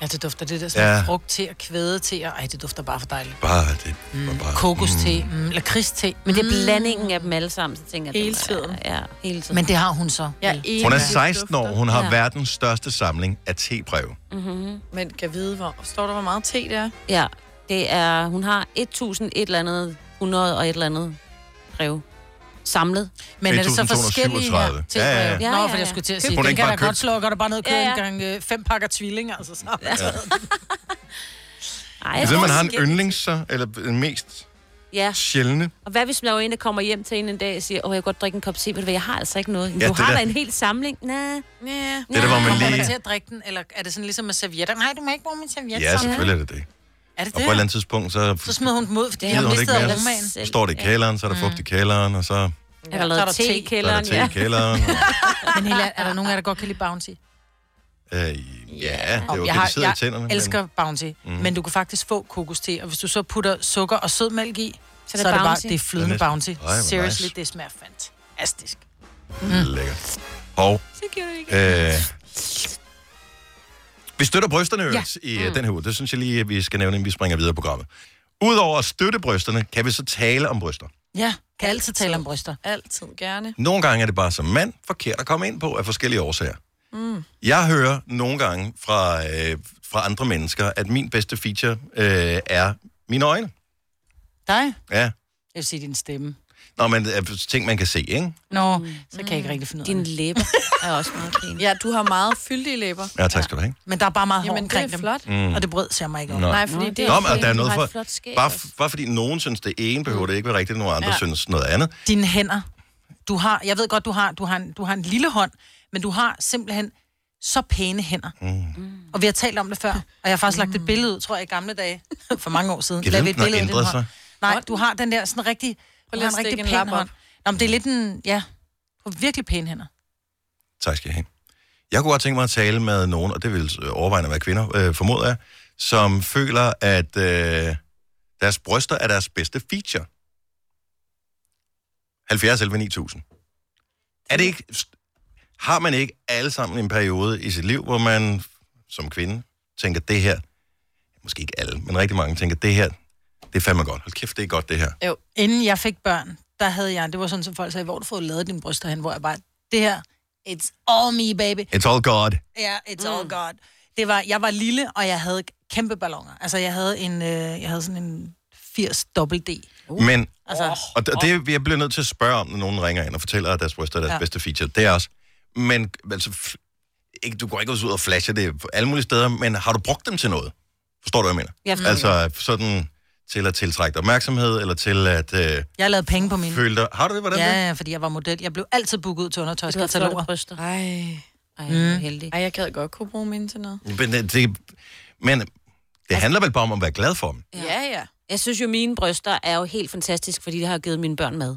C: Ja, det dufter det der sådan
A: Ja.
C: ja. frugt til og kvæde til. Og, ej, det dufter bare for dejligt.
A: bare det. Mm. Bare,
C: Kokoste, mm. mm, lakridste.
D: Men det er blandingen af dem alle sammen, så tænker jeg...
C: Hele
D: det var-
C: tiden.
D: Ja, hele tiden.
C: Men det har hun så.
B: Ja,
D: Mm.
A: Hun er 16 år, hun har
B: Ja.
A: verdens største samling af tebreve.
B: Mm-hmm. Men kan vide, hvor... Står der, hvor meget te det er?
D: Ja, det er... Hun har 1000 et eller andet, 100 og et eller andet brev samlet.
C: Men er det så
A: 1.237?
C: forskellige her? til-
A: Ja, ja, ja.
C: Nå, for jeg skulle til at sige,
A: Hun er
C: den
A: ikke
C: kan
A: bare
C: da
A: købt-
C: godt slå, og der bare ned og køre
D: Ja,
C: ja,
D: ja.
C: en gang øh, fem pakker tvilling, altså så.
D: Ja. Ej,
A: Hvis man har en
D: forskelligt.
A: yndlings, så, eller den mest
D: Ja,
A: sjældne,
D: og hvad hvis man er en, der kommer hjem til en en dag og siger, åh, jeg kan godt drikke en kop te, men jeg har altså ikke noget. Men
A: Ja,
D: du
A: det
D: har
A: der-
D: da en hel samling. Næh.
B: Næh.
A: Det er der, hvor man
C: Kommer
A: lige-
C: til at drikke den, eller er det sådan ligesom med servietter? Nej, du må ikke bruge min serviet.
A: ja, selvfølgelig er det det.
C: Er det
A: Og på et eller
C: det?
A: andet tidspunkt, så
C: Så smider hun dem ud, fordi de
A: gider
C: har
A: hun det
C: mistet
A: ikke mere.
C: aromaen.
A: Så står det i kælderen, så er der fugt i kælderen, og så
D: Jeg har lavet te i kælderen.
A: Så er der te i Mm. kælderen.
C: [laughs] Men Hela, er der nogen af jer, der godt kan lide Bounty?
A: Øh, ja, det er jo
C: jeg
A: det, de sidder i tænderne.
C: jeg
A: men-
C: elsker Bounty, mm.
A: Mm.
C: men du kan faktisk få kokoste, og hvis du så putter sukker og sødmælk i, så,
D: er
C: så er det bare,
D: Bounty.
C: det er flydende
A: Det er
C: Bounty.
A: næsten- Ej, hvor nice.
C: Seriously, det smager fantastisk.
A: Mm. Lækkert. Og... Øh, vi støtter brysterne
C: Ja.
A: ja. i mm. den her uge. Det synes jeg lige, at vi skal nævne, inden vi springer videre i programmet. Udover at støtte brysterne, kan vi så tale om bryster.
C: Ja, kan altid tale om bryster.
B: Altid gerne.
A: Nogle gange er det bare som mand forkert at komme ind på af forskellige årsager.
B: Mm.
A: Jeg hører nogle gange fra, øh, fra andre mennesker, at min bedste feature øh, er mine øjne.
C: Dig?
A: Ja.
C: Jeg vil sige din stemme.
A: Nå, men øh, ting, man kan se, ikke?
C: Nå, mm. så kan jeg ikke rigtig finde ud af
D: Din læber er også
C: [laughs]
D: meget pæn.
B: Ja, du har meget fyldige læber.
A: Ja, tak skal du have.
C: Men der er bare meget hår
B: Jamen, det er
C: omkring dem.
B: flot.
A: Mm.
C: Og det brød ser mig ikke om.
A: Nå.
B: Nej, fordi det
A: Nå, men
B: fordi
A: der er
B: du
A: noget
B: har
A: for...
B: et flot skæg
A: Bare,
B: også.
A: bare fordi nogen synes det ene,
B: Mm.
A: behøver det ikke være rigtigt, når andre
C: Ja.
A: ja. synes noget andet.
C: Dine hænder. Du har, jeg ved godt, du har, du har, en, du har en lille hånd, men du har simpelthen så pæne hænder.
A: Mm.
C: Og vi har talt om det før, og jeg har faktisk lagt et billede ud, tror jeg, i gamle
B: [laughs]
C: dage, for mange år siden.
A: Kan
C: Lavede
A: vide,
C: vi
A: om den har
C: af din
A: ændret
C: hånd.
A: sig?
C: Nej, du har den der sådan rigtig, du
B: lige
C: har
B: at
C: en
B: stikke
C: rigtig
B: en
C: pæn
B: lap op.
C: hånd. Nå, men det er lidt en, ja, du har virkelig pæne hænder.
A: Tak skal jeg have. Jeg kunne godt tænke mig at tale med nogen, og det vil øh, overvejende være kvinder, øh, formoder jeg, som føler, at øh, deres bryster er deres bedste feature. 70 11 9000. Er det ikke, har man ikke alle sammen en periode i sit liv, hvor man som kvinde tænker, det her, måske ikke alle, men rigtig mange tænker, det her, det er fandme godt. Hold kæft, det er godt, det her.
C: Jo. Inden jeg fik børn, der havde jeg, det var sådan, som folk sagde, hvor har du fået lavet dine bryster hen, hvor jeg bare, det her, it's all me, baby.
A: It's all God.
C: Ja, yeah, it's mm. all God. Det var, jeg var lille, og jeg havde kæmpe ballonger. Altså, jeg havde, en, øh, jeg havde sådan en 80 dobbelt D.
A: Uh. Men,
C: Altså,
A: og det, og det jeg bliver nødt til at spørge om, når nogen ringer ind og fortæller, at deres bryster er deres
C: Ja.
A: ja. bedste feature, det er også, men altså, f- ikke, du går ikke ud og flasher det på alle mulige steder, men har du brugt dem til noget? Forstår du, hvad jeg
C: Ja,
A: mener?
C: forstår
A: altså, sådan til at tiltrække dig opmærksomhed, eller til at øh,
C: jeg lavede penge på mine.
A: føle dig... Har du det? Hvordan det?
C: Ja, ja, fordi jeg var model. Jeg blev altid booket ud til undertøjskataloger.
D: bryster.
B: Ej,
D: Ej,
C: Mm.
D: heldig.
B: Ej, jeg gad godt kunne bruge mine til noget.
A: Men det, det, men det handler vel bare om at være glad for dem.
B: Ja, ja.
D: Jeg synes jo, mine bryster er jo helt fantastisk, fordi det har givet mine børn mad.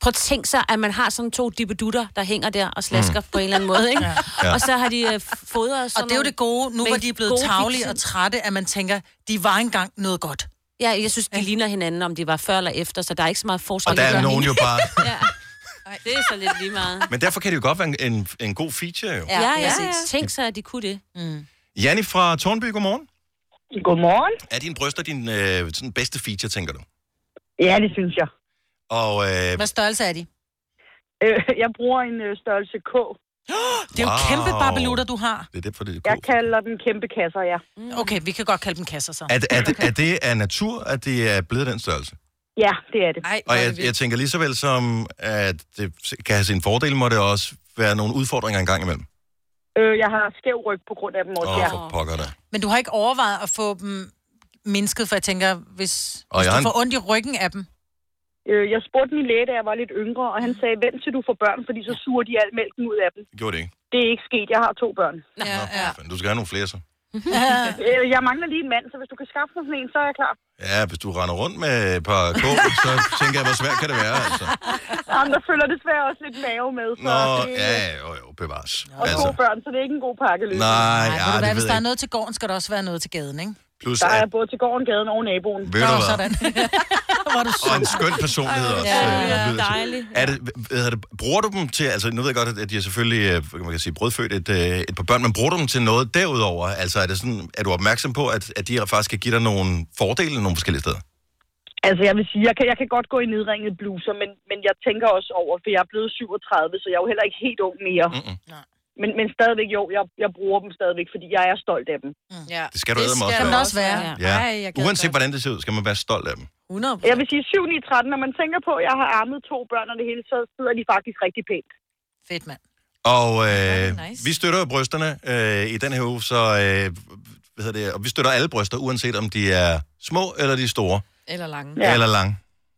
D: Prøv at tænk sig, at man har sådan to dippedutter, der hænger der og slasker mm. på en eller anden måde, ikke?
C: Ja.
D: ja. Og så har de øh, f- fodret sådan
C: Og det er jo det gode, nu
D: Men
C: hvor de er blevet
D: gode
C: tavlige
D: fikser.
C: og trætte, at man tænker, de var engang noget godt.
D: Ja, jeg synes, de ligner hinanden, om de var før eller efter, så der er ikke så meget forskel.
A: Og der er
D: Det gør
A: nogen
D: mine.
A: jo bare...
D: ja. Det er så lidt lige meget.
A: Men derfor kan det jo godt være en, en, en god feature, jo.
D: Ja, ja, ja. Tænk sig, at de kunne det. Mm.
A: Janni fra Tornby, godmorgen.
L: Godmorgen.
A: Er dine bryster din øh, sådan bedste feature, tænker du?
L: Ja, det synes jeg.
A: Og, øh,
C: Hvad størrelse er de?
L: Øh, [laughs] jeg bruger en øh, størrelse K.
C: Det er jo
A: Wow.
C: kæmpe babelutter, du har.
A: Det er det, for det
L: Jeg kalder den kæmpe kasser, ja.
C: Mm. Okay, vi kan godt kalde dem kasser så.
A: er, det- er, det, er det af natur, at det er blevet den størrelse?
L: Ja, det er det.
B: Ej,
A: Og jeg, jeg tænker lige så vel som, at det kan have sine fordele, må det også være nogle udfordringer en gang imellem.
L: Øh, jeg har skæv ryg på grund af dem også,
A: Åh,
L: ja.
A: for pokker da.
C: Men du har ikke overvejet at få dem mindsket, for jeg tænker, hvis,
A: Og
C: hvis
A: jeg
C: du
A: har en-
C: får ondt i ryggen af dem.
L: Øh, jeg spurgte min læge, da jeg var lidt yngre, og han sagde, vent til du får børn, fordi så suger de al mælken ud af dem.
A: Det gjorde det ikke.
L: Det er ikke sket. Jeg har to børn.
C: Ja, ja.
A: Men du skal have nogle flere så.
C: [laughs]
L: øh, jeg mangler lige en mand, så hvis du kan skaffe mig sådan en, så er jeg klar.
A: Ja, hvis du render rundt med et par
L: [laughs]
A: kål, så tænker jeg, hvor svært kan det være, altså.
L: Jamen, der følger desværre også lidt mave med. Så
A: Nå,
L: det,
A: ja, jo, jo, bevares.
L: Og to
A: Altså,
L: børn, så det er ikke en god pakkeløsning.
C: Ej,
A: nej, ja,
C: ved du hvad,
A: det
C: hvis
A: ved
C: der er
A: jeg ikke.
C: noget til gården, skal der også være noget til gaden, ikke?
A: Plus,
L: Der er
A: at,
L: både til gården, gaden og naboen.
A: ved du
C: Nå,
A: hvad,
C: sådan. [laughs] Hvor er du
A: og
C: sød.
A: en skøn personlighed også. øh, lyder det til.
D: Dejligt.
A: Er det, hvad hedder det, bruger du dem til, altså nu ved jeg godt, at de er selvfølgelig, øh, man kan sige, brødfødt et, øh, et par børn, men bruger du dem til noget derudover? Altså er, det sådan, er du opmærksom på, at, at de faktisk kan give dig nogle fordele nogle forskellige steder?
L: Altså, jeg vil sige, jeg kan, jeg kan godt gå i nedringede bluser, men, men jeg tænker også over, for jeg er blevet 37, så jeg er jo heller ikke helt ung mere.
A: Mm-mm.
L: Men, men stadigvæk, jo, jeg, jeg bruger dem stadigvæk, fordi jeg er stolt af dem.
B: Ja.
A: Det skal du æde mig også
C: Kan det
A: være.
C: også være?
A: Ja.
B: Ej, jeg gad
A: Uanset hvordan det ser ud, skal man være stolt af dem.
B: 100
L: Jeg vil sige 7 9, 13, når man tænker på, at jeg har armet to børn og det hele, så sidder de faktisk rigtig pænt.
C: Fedt, mand.
A: Og øh,
B: nice.
A: vi støtter jo brysterne øh, i den her uge, så øh, hvad hedder det, og vi støtter alle bryster, uanset om de er små eller de er store,
B: [laughs] Eller lange.
A: ja. eller lange.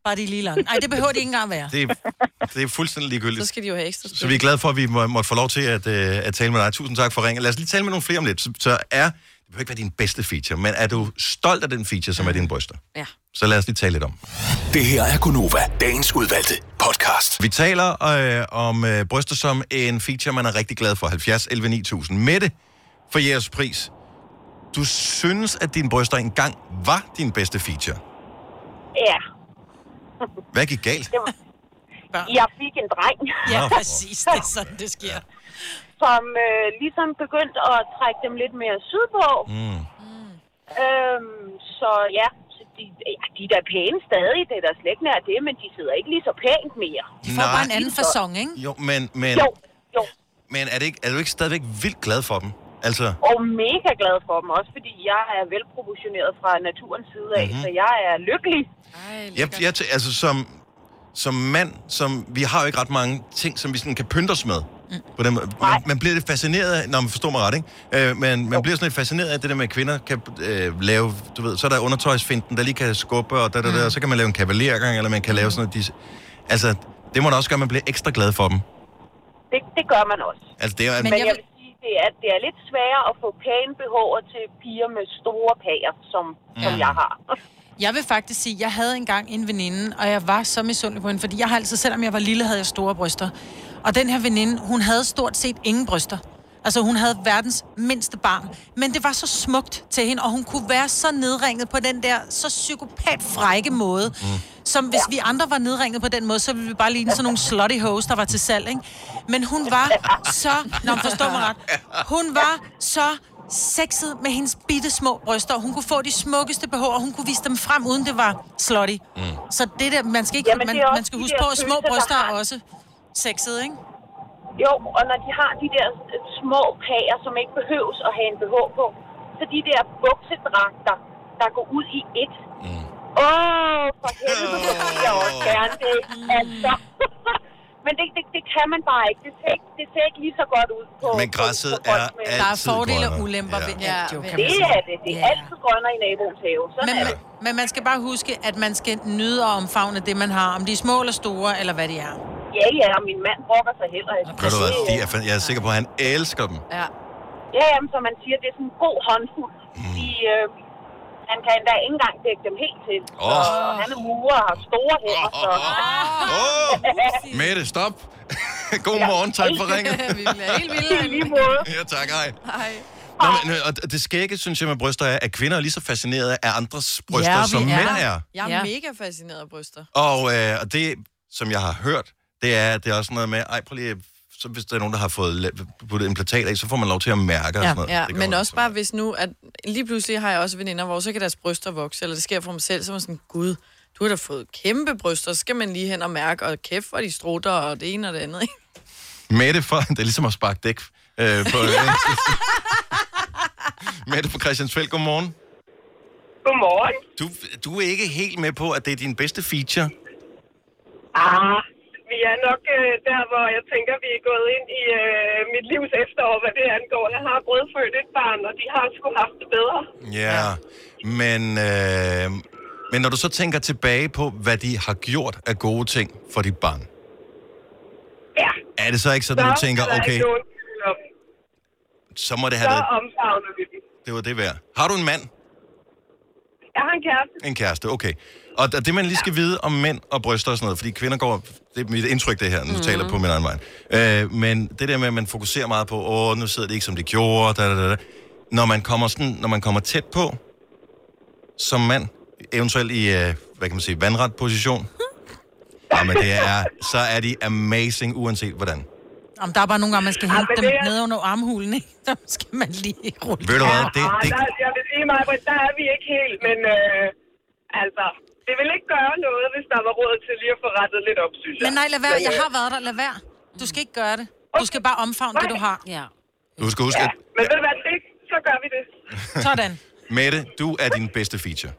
C: Bare de er lige lange. Nej, det behøver de ikke engang være.
A: Det, er- det er fuldstændig ligegyldigt.
B: Så skal de jo have ekstra
A: Så vi er glade for, at vi må, måtte få lov til at, øh, at tale med dig. Tusind tak for ringen. Lad os lige tale med nogle flere om lidt. Så, så er det behøver ikke være din bedste feature, men er du stolt af den feature, som er dine bryster?
D: Ja.
A: Så lad os lige tale lidt om.
G: Det her er Gunova, dagens udvalgte podcast.
A: Vi taler øh, om øh, bryster som en feature, man er rigtig glad for. 70 11 9000. Mette, for jeres pris. Du synes, at dine bryster engang var din bedste feature.
L: Ja. [laughs]
A: Hvad gik galt?
L: Det var... Jeg fik en dreng. [laughs]
A: Ja, Nå, for
C: præcis. Det er sådan, det sker.
L: Som øh, ligesom begyndte at trække dem lidt mere sydpå.
A: Mm.
L: Øhm, så ja, så de, ja, de er da pæne stadig. Det er der slet ikke nær det, men de sidder ikke lige så pænt mere.
A: De får Nej. bare en anden
C: Fasong, ikke?
A: Jo, men, men,
L: Jo, jo.
A: men er, det ikke, er du ikke stadigvæk vildt glad for dem? Altså,
L: Og mega glad for dem også, fordi jeg er velproportioneret fra naturens side af, mm-hmm. så jeg er lykkelig.
A: jeg, jeg, tæ- altså som, som mand, som, vi har jo ikke ret mange ting, som vi sådan kan pynte os med. Mm. På den, måde. man, man bliver lidt fascineret af, når man forstår mig ret, ikke? Øh, men man bliver sådan lidt fascineret af det der med, at kvinder kan øh, lave, du ved, så er der undertøjsfinden, der lige kan skubbe, og da, da,
L: Mm.
A: da, så kan man lave en kavalergang, eller man kan lave sådan noget. De, altså, det må da også gøre, at man bliver ekstra glad for dem.
L: Det, det gør man også.
A: Altså, det er,
L: Men jeg vil sige, det er, det er lidt sværere at få pæne BH'er til piger med store pager, som, mm. som
C: Ja.
L: jeg har.
C: Jeg vil faktisk sige, at jeg havde engang en veninde, og jeg var så misundelig på hende, fordi jeg har altid, selvom jeg var lille, havde jeg store bryster. Og den her veninde, hun havde stort set ingen bryster. Altså, hun havde verdens mindste barn. Men det var så smukt til hende, og hun kunne være så nedringet på den der så psykopat frække måde, mm. som hvis vi andre var nedringet på den måde, så ville vi bare ligne sådan nogle slutty hoes, der var til salg, ikke? Men hun var så... Nå, men forstå mig ret. Hun var så sexet med hendes bitte små bryster. og Hun kunne få de smukkeste behov, og hun kunne vise dem frem, uden det var slutty. Mm. Så det der, man skal ikke,
L: Jamen,
C: Jamen,
L: det
C: man,
L: er også
C: man skal
L: de
C: huske
L: der
C: på, at små
L: følelser, der
C: bryster er
L: har-
C: også sexet, ikke?
L: Jo, og når de har de der øh, små pager, som ikke behøves at have en BH på, så de der buksedragter, der går ud i et. Åh, oh, for helvede, det vil jeg også gerne det. Altså. [laughs] Men det, det, det kan man bare ikke. Det ser ikke, det ser ikke lige så godt ud på...
A: Men græsset
L: på, på folk
A: er
L: med-
A: altid
C: Der er fordele og
A: grønnere.
C: ulemper ved alt, jo, kan man
L: Det
C: sige.
L: er det. Det er altid grønner i naboens have. Sådan
C: Men,
L: er
C: men,
L: det.
C: men man skal bare huske, at man skal nyde og omfavne det, man har. Om de er små eller store, eller hvad de er.
L: Ja, ja, og min mand brokker sig heller ikke.
A: Ved du hvad, de er, fan- jeg er sikker på, at han elsker dem.
L: Ja. Ja, jamen, som man siger, det er sådan en god håndfuld.
A: Mm.
L: De, øh, han kan endda ikke engang dække dem helt til.
A: Åh.
L: Oh. Og han er murer og har store hænder. Så...
A: Åh,
L: [laughs]
A: Mette, stop. [laughs] God morgen, tak for ringet.
B: [laughs]
L: [laughs]
B: Vi bliver helt vilde.
L: I lige måde.
A: Ja, tak, hej.
B: Hej.
A: Nå, men, øh, og det skægge, synes jeg, med bryster er, at kvinder er lige så fascineret af andres bryster,
B: Ja,
A: ja,
B: vi
A: som
B: er.
A: mænd er.
B: Jeg er mega fascineret af bryster.
A: Og, øh, og det, som jeg har hørt, det er, at det er også noget med, ej, prøv lige, at- så hvis der er nogen, der har fået la- puttet en platat af, så får man lov til at mærke og sådan noget.
B: ja
A: Det kan
B: men
A: man-
B: også bare hvis nu, at lige pludselig har jeg også veninder, hvor så kan deres bryster vokse, eller det sker for dem selv, så er man sådan, gud, du har da fået kæmpe bryster, så skal man lige hen og mærke, og kæft, hvor de strutter, og det ene og det andet, ikke?
A: Mette for, [laughs] det er ligesom at sparke dæk øh, på... [laughs] Mette fra Christiansfeld, godmorgen.
L: Godmorgen.
A: Du, du er ikke helt med på, at det er din bedste feature.
L: Ah, vi er nok øh, der, hvor jeg tænker, vi er gået ind i øh, mit livs efterår, hvad det angår. Jeg har brødfødt et barn, og de har sgu haft det bedre.
A: Ja, ja. Men, øh, men når du så tænker tilbage på, hvad de har gjort af gode ting for dit barn,
L: Ja.
A: er det så ikke sådan, at du tænker,
L: er der
A: okay,
L: ikke nogen tvivl om.
A: så må det have
L: Så
A: været,
L: omfavner vi dem.
A: det var det værd. Har du en mand?
L: Jeg har en kæreste.
A: En kæreste, okay. Og der- det, man lige skal vide om mænd og bryster og sådan noget, fordi kvinder går... Det er mit indtryk, det her. Nu mm. taler jeg på min egen vej. Øh, men det der med, at man fokuserer meget på, åh, nu sidder det ikke, som det gjorde, da, da, da, da. Når man kommer, sådan, når man kommer tæt på, som mand, eventuelt i, øh, hvad kan man sige, vandret position, jamen det er, så er de amazing, uanset hvordan.
C: Om der er bare nogle gange, man skal hente
L: men
C: dem
L: det er-
C: ned under armhulen, ikke? [laughs] Så skal man lige rulle.
A: Ved du hvad, det,
L: Ah,
A: det,
L: der, jeg vil sige mig, at der er vi ikke helt, men øh, altså, det vil ikke gøre noget, hvis der var råd til lige at få rettet lidt op, synes jeg.
C: Men nej, lad være.
L: Men,
C: Jeg
L: øh,
C: har været der. Lad være. Du skal ikke gøre det. Du skal bare omfavne det, du har. Ja.
A: du skal huske, at
L: Men ved du hvad, det, så gør vi det.
C: Sådan.
A: Mette, du er din bedste feature.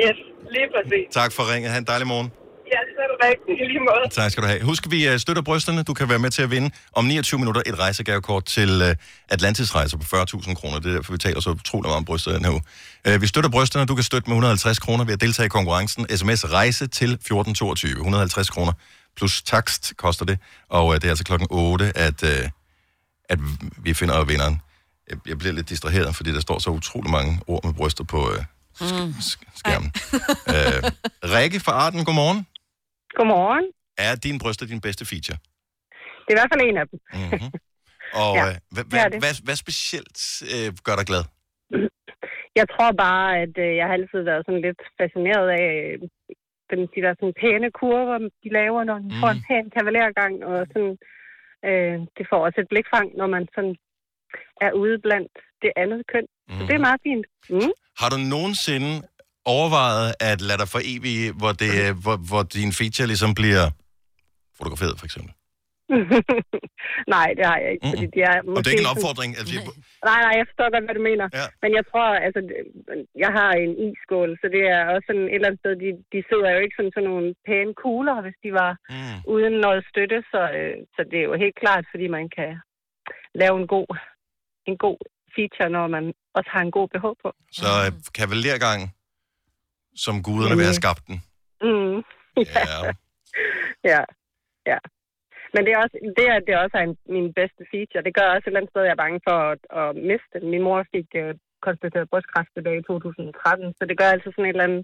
L: Yes, lige præcis.
A: Tak for ringet. Ha' en dejlig morgen.
L: Ja, så er det rigtigt i lige måde.
A: Tak skal du have. Husk, vi øh, støtter brysterne. Du kan være med til at vinde om 29 minutter et rejsegavekort til øh, Atlantisrejser på 40.000 kroner. Det er derfor, vi taler så utrolig meget om bryster den her uge. Øh, Vi støtter brysterne. Du kan støtte med 150 kroner ved at deltage i konkurrencen. SMS rejse til 1422. 150 kroner plus takst koster det. Og øh, det er altså klokken 8, at, øh, at vi finder vinderen. jeg, jeg bliver lidt distraheret, fordi der står så utrolig mange ord med bryster på øh,
N: Mm.
A: skærmen. øh, Rikke fra Arden, godmorgen.
N: Godmorgen.
A: Er din bryster din bedste feature?
N: Det er i hvert fald en af dem.
A: Mm-hmm. Og
N: Ja,
A: ja, øh, hvad,
N: det er
A: hvad,
N: det.
A: hvad, hvad specielt øh, gør dig glad?
N: [laughs] Jeg tror bare, at øh, jeg har altid været sådan lidt fascineret af øh, den, de der sådan pæne kurver, de laver, når man mm. får en pæn kavalergang. Og sådan, øh, det får også et blikfang, når man sådan er ude blandt det andet køn. Mm. Så det
A: Mhm.
N: er meget fint. Mm. [laughs]
A: Har du nogensinde overvejet at lade dig for evig, hvor, det, øh, hvor, hvor din feature ligesom bliver fotograferet, for eksempel?
N: nej, det har jeg ikke, fordi de er
A: Og det er ikke en
N: sådan-
A: opfordring. At vi...
N: Nej, nej, jeg forstår godt, hvad du mener. Ja. Men jeg tror, altså, det- jeg har en iskål, så det er også sådan et eller andet sted, de, de sidder jo ikke som sådan nogle pæne kugler, hvis de var mm. uden noget støtte, så, øh, så det er jo helt klart, fordi man kan lave en god, en god feature, når man også har en god BH på.
A: Så øh, kavalergang, som guderne vil have skabt den.
N: Mm. Ja. [laughs] ja. ja. Men det er også, det, er, det også er en, min bedste feature. Det gør også et eller andet sted, jeg er bange for at, at miste den. Min mor fik øh, konstateret brystkræft tilbage i 2013, så det gør altså sådan et eller andet,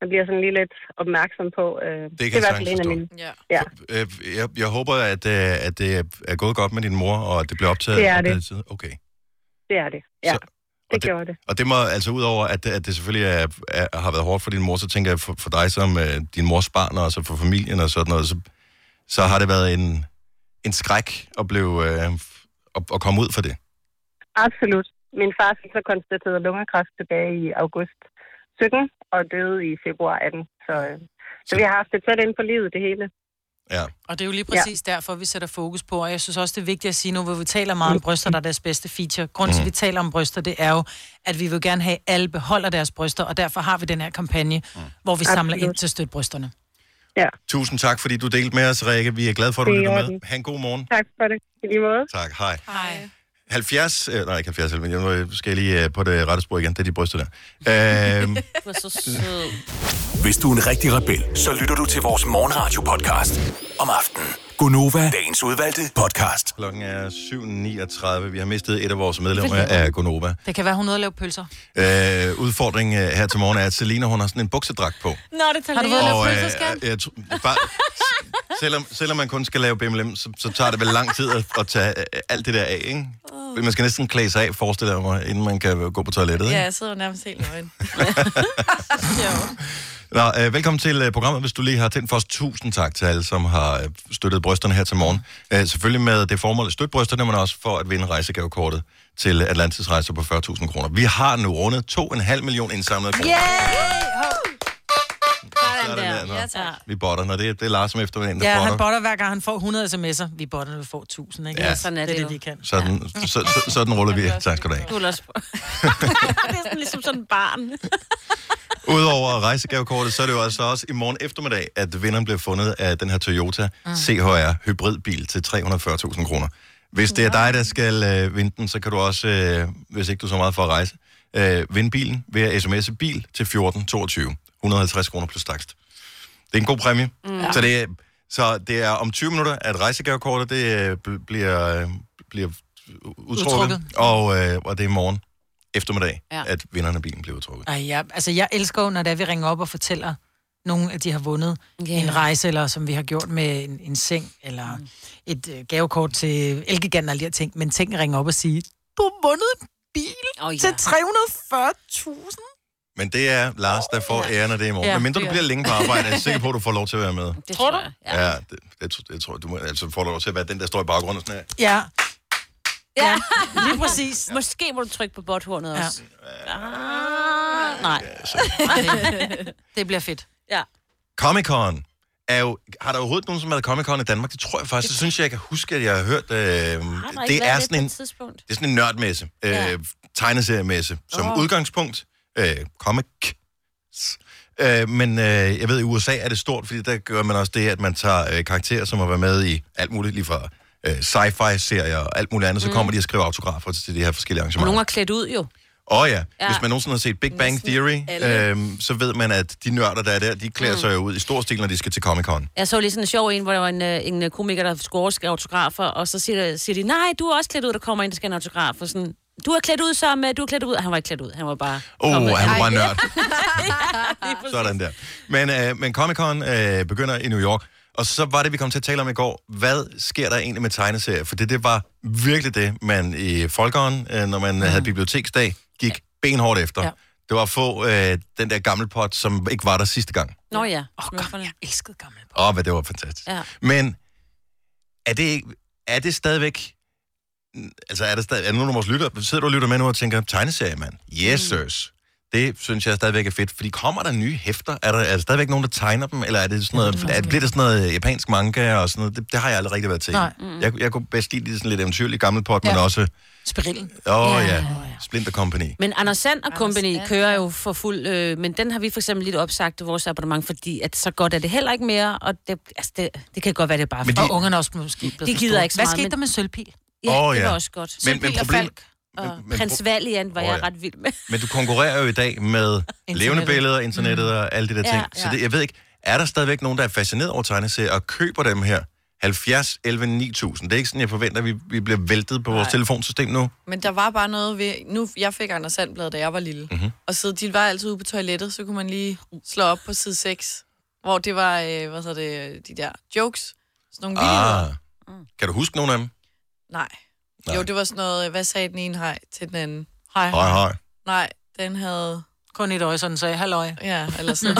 N: man bliver sådan lige lidt opmærksom på.
A: Det
N: Øh,
A: kan
N: det er i hvert
A: jeg
N: fald en af
A: sagtens
N: mine.
B: Ja.
N: ja.
A: Øh, jeg, jeg håber, at, øh, at det er gået godt med din mor, og at det bliver optaget.
N: Det er
A: og
N: det.
A: sådan- Okay.
N: Det er det. Ja,
A: Så-
N: så, det, det gjorde det.
A: Og det må altså udover, at, at det selvfølgelig er, er, har været hårdt for din mor, så tænker jeg for, for dig som øh, din mors barn, og så for familien og sådan noget, så, så har det været en, en skræk at, blive, øh, at, at komme ud for det.
N: Absolut. Min far fik så konstateret lungekræft tilbage i august 17 og døde i februar 18. Så, øh, så vi har haft det tæt ind på livet, det hele.
A: Ja.
C: Og det er jo lige præcis ja. derfor, vi sætter fokus på, og jeg synes også, det er vigtigt at sige nu, hvor vi taler meget om bryster, der er deres bedste feature. Grunden
A: Mhm.
C: til, at vi taler om bryster, det er jo, at vi vil gerne have, at alle beholder deres bryster, og derfor har vi den her kampagne,
A: Mhm.
C: mm. hvor vi samler
N: Absolut.
C: ind til støtbrysterne.
A: Tusind tak, fordi du delte med os, Rikke. Vi er glade for, at du
N: Det er
A: lytter
N: i
A: med.
N: orden.
A: Ha' en god morgen.
N: Tak for det. I lige måde.
A: Tak, hej.
N: Hej.
A: 70, øh, nej ikke 70, men jeg nu skal jeg lige øh, på det rette spor igen, det er de
G: [laughs]
A: bryster der. Øhm,
D: Du er så sød.
G: Hvis du er en rigtig rebel, så lytter du til vores morgenradio-podcast om aftenen. Gunova, dagens udvalgte podcast.
A: klokken er 7.39, vi har mistet et af vores medlemmer af Gonova.
C: Det kan være, hun er ude at lave pølser.
A: Øh, udfordringen øh, her til morgen er, at Selina, hun har sådan en buksedragt på.
D: Nå, det tager
C: Har du været ude at lave
A: øh,
C: pølser, skat?
A: øh, jeg tr- bare, s- selvom, selvom man kun skal lave BMLM, så, så tager det vel lang tid at, at tage øh, alt det der af, ikke? Men Man skal næsten klæde sig af, forestiller jeg mig, inden man kan gå på toilettet,
B: [laughs]
A: ikke?
B: Ja, jeg sidder jo nærmest helt nøgen.
A: Nå, øh, velkommen til øh, programmet, hvis du lige har tændt for os. Tusind tak til alle, som har øh, støttet brysterne her til morgen. Øh, selvfølgelig med det formål at støtte brysterne, men også for at vinde rejsegavekortet til Atlantis Rejser på 40.000 kroner. Vi har nu rundet 2,5 million indsamlede kroner. Sådan der, nå.
C: Ja, tak.
A: Vi botter, når det, er- det er Lars om eftermiddagen, der
C: Ja,
A: botter.
C: han botter hver gang, han får 100 sms'er. Vi botter, når vi får 1000, ikke?
A: Ja.
C: Ja, sådan er det, det, er det vi kan.
A: Sådan, så, så, sådan ruller vi. Tak skal du have.
D: Du er også... det er sådan, ligesom sådan en barn.
A: Udover rejsegavekortet, så er det jo altså også i morgen eftermiddag, at vinderen bliver fundet af den her Toyota
C: Ah.
O: Mm.
A: CHR hybridbil til 340.000 kroner. Hvis det er dig, der skal øh, vinde den, så kan du også, øh, hvis ikke du er så meget for at rejse, øh, vinde bilen ved at sms'e bil til 1422. 150 kroner plus takst. Det er en god præmie. Mm.
O: Mm.
A: Så, det er, så det er om 20 minutter, at rejsegavekortet det, øh, bl- bliver, øh, bliver udtrukket.
C: Udtrukket.
A: Og, øh, og det er i morgen eftermiddag,
C: Ja.
A: ja. at vinderne af bilen bliver
C: [laughs]
A: udtrukket.
C: Ej, ja. Altså, jeg elsker jo, når det er, vi ringer op og fortæller nogen, at de har vundet yeah. en rejse, eller som vi har gjort med en, en seng, eller mm. et øh, gavekort til Elgiganten og alle de her ting. Men tænk at ringe op og sige, du har vundet en bil oh, ja. til 340.000.
A: Men det er Lars, der får æren af det i morgen.
C: Ja,
A: Ja, Men mindre
C: det
A: du
C: er
A: bliver
C: det.
A: længe på arbejde, er jeg sikker på, at du får lov til at være med.
C: Det tror du?
A: [laughs]
C: [laughs]
A: Ja, ja det, det, tr- det, tror jeg. Du må, altså, får du lov til at være den, der står i baggrunden og sådan her.
C: Ja.
D: [laughs] Ja,
C: lige præcis.
D: Ja. Måske må du trykke på botthornet ja. også. Ah, nej. [laughs]
C: Det, det bliver fedt.
D: Ja.
A: Comic-Con. Er jo, har der overhovedet nogen, som har været Comic-Con i Danmark? Det tror jeg faktisk. Det synes jeg, jeg kan huske, at jeg har hørt. Øh, det, er sådan en, det
D: Tidspunkt.
A: er sådan en nørdmesse. Øh,
D: Ja.
A: Tegneseriemesse. Som
D: Åh.
A: udgangspunkt. Øh, comic Øh, men øh, jeg ved, i USA er det stort, fordi der gør man også det, at man tager øh, karakterer, som har været med i alt muligt, lige fra øh, sci-fi-serier og alt muligt andet, så
D: Mm.
A: kommer de og skriver autografer til de her forskellige
D: Og
A: arrangementer.
D: nogen er klædt ud jo.
A: Åh oh, ja.
D: Ja.
A: ja, hvis man nogensinde har set Big Bang Theory,
D: alle.
A: øhm, så ved man, at de nørder, der er der, de klæder mm. sig jo ud i stor stil, når de skal til Comic-Con.
D: Jeg så lige sådan en sjov en, hvor der var en, øh, en øh, komiker, der skulle overskrive autografer, og så siger, der- siger de, nej, du er også klædt ud, der kommer ind, der skal have en autograf, og sådan, Du er klædt ud som... øh, Du er klædt ud... Han var ikke klædt ud, han var bare...
A: Åh,
D: Kom med.
A: han var bare
D: Ej.
A: nørd.
D: [laughs] Ja, lige præcis.
A: Sådan der. Men, øh, men Comic-Con øh, begynder i New York, og så var det, vi kom til at tale om i går. Hvad sker der egentlig med tegneserier? For det, det var virkelig det, man i Folkeren, øh, når man mm. havde biblioteksdag, gik benhårdt efter. Ja. Det var at få øh, den der gamle pot, som ikke var der sidste gang.
D: Nå ja. Åh, oh, kom, jeg elskede gammel.
A: Åh, oh, hvad det var fantastisk.
D: Ja.
A: Men er det, ikke- er det stadigvæk... Altså, er der stadig, er der nogen af vores lytter, sidder du og lytter med nu og tænker, tegneserie, mand? Yes, sirs. Det synes jeg stadigvæk er fedt, fordi kommer der nye hæfter? Er der, er der stadigvæk nogen, der tegner dem, eller er det sådan noget, er, bliver det sådan noget japansk manga og sådan noget? Det, det har jeg aldrig rigtig været til.
C: Nej. Mm.
A: Jeg, jeg kunne bedst lide det sådan lidt eventyrligt gammelt pot, ja. men
D: Ja.
A: også,
C: Spirillen.
A: åh oh, ja, ja, Splinter Company.
D: Men Anders Sand og
E: Anders
D: Company
E: Sand,
D: kører jo for fuld, øh, men den har vi for eksempel lidt opsagt i vores abonnement, fordi at så godt er det heller ikke mere, og det, altså det, det kan godt være, det er bare
C: Men
D: for-
C: de- Og ungerne også måske blevet
D: De
C: for
D: gider
C: store.
D: ikke så
C: Hvad
D: meget,
C: skete
D: men-
C: der med Sølvpil?
D: Ja,
A: Åh,
D: det
A: ja.
D: var også godt.
A: Men- men
D: Sølvpil og
A: problem-
D: Falk og
A: men- men
D: Prins
A: pro-
D: Valiant var
A: Åh,
D: jeg
A: ja.
D: ret vild [laughs] med.
A: Men du konkurrerer jo i dag med levende billeder, internettet
C: Mm.
A: og alle de der
D: Ja,
A: ting. Så
D: ja.
A: det, jeg ved ikke, er der stadigvæk nogen, der er fascineret over tegneserier og køber dem her? 70, 11, 9000. Det er ikke sådan, jeg forventer, at vi, vi bliver væltet på vores
B: Nej.
A: telefonsystem nu.
B: Men der var bare noget ved... Nu, jeg fik Anders Sandblad, da jeg var lille.
A: Mhm.
B: Mm-hmm. Og så de var altid ude på toilettet, så kunne man lige slå op på side 6, hvor det var, øh, hvad så det, øh, de der jokes. Sådan nogle ah.
A: Ah, kan du huske nogen af dem?
B: Nej. Nej. Jo, det var sådan noget, øh, hvad sagde den ene hej til den anden? Hej.
A: Hej, hej.
B: Nej, den havde...
C: Kun et øje, sådan sagde, halløj.
B: Ja, eller sådan.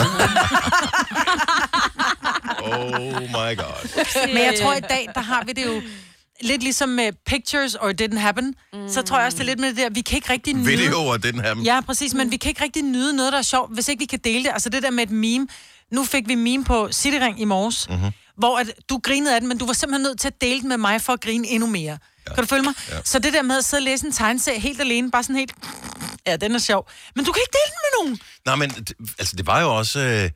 A: Oh my god.
C: [laughs] Men jeg tror i dag, der har vi det jo lidt ligesom med pictures or it didn't happen. Mm. Så tror jeg også, det er lidt med det der, vi kan ikke rigtig nyde...
A: Videoer, den her.
C: Ja, præcis, men vi kan ikke rigtig nyde noget, der er sjovt, hvis ikke vi kan dele det. Altså det der med et meme. Nu fik vi meme på Cityring i morges, mm-hmm. hvor at du grinede af den, men du var simpelthen nødt til at dele den med mig for at grine endnu mere. Ja. Kan du følge mig? Ja. Så det der med at sidde og læse en tegneserie helt alene, bare sådan helt... Ja, den er sjov. Men du kan ikke dele den med nogen.
A: Nej, men det- altså, det var jo også... Øh,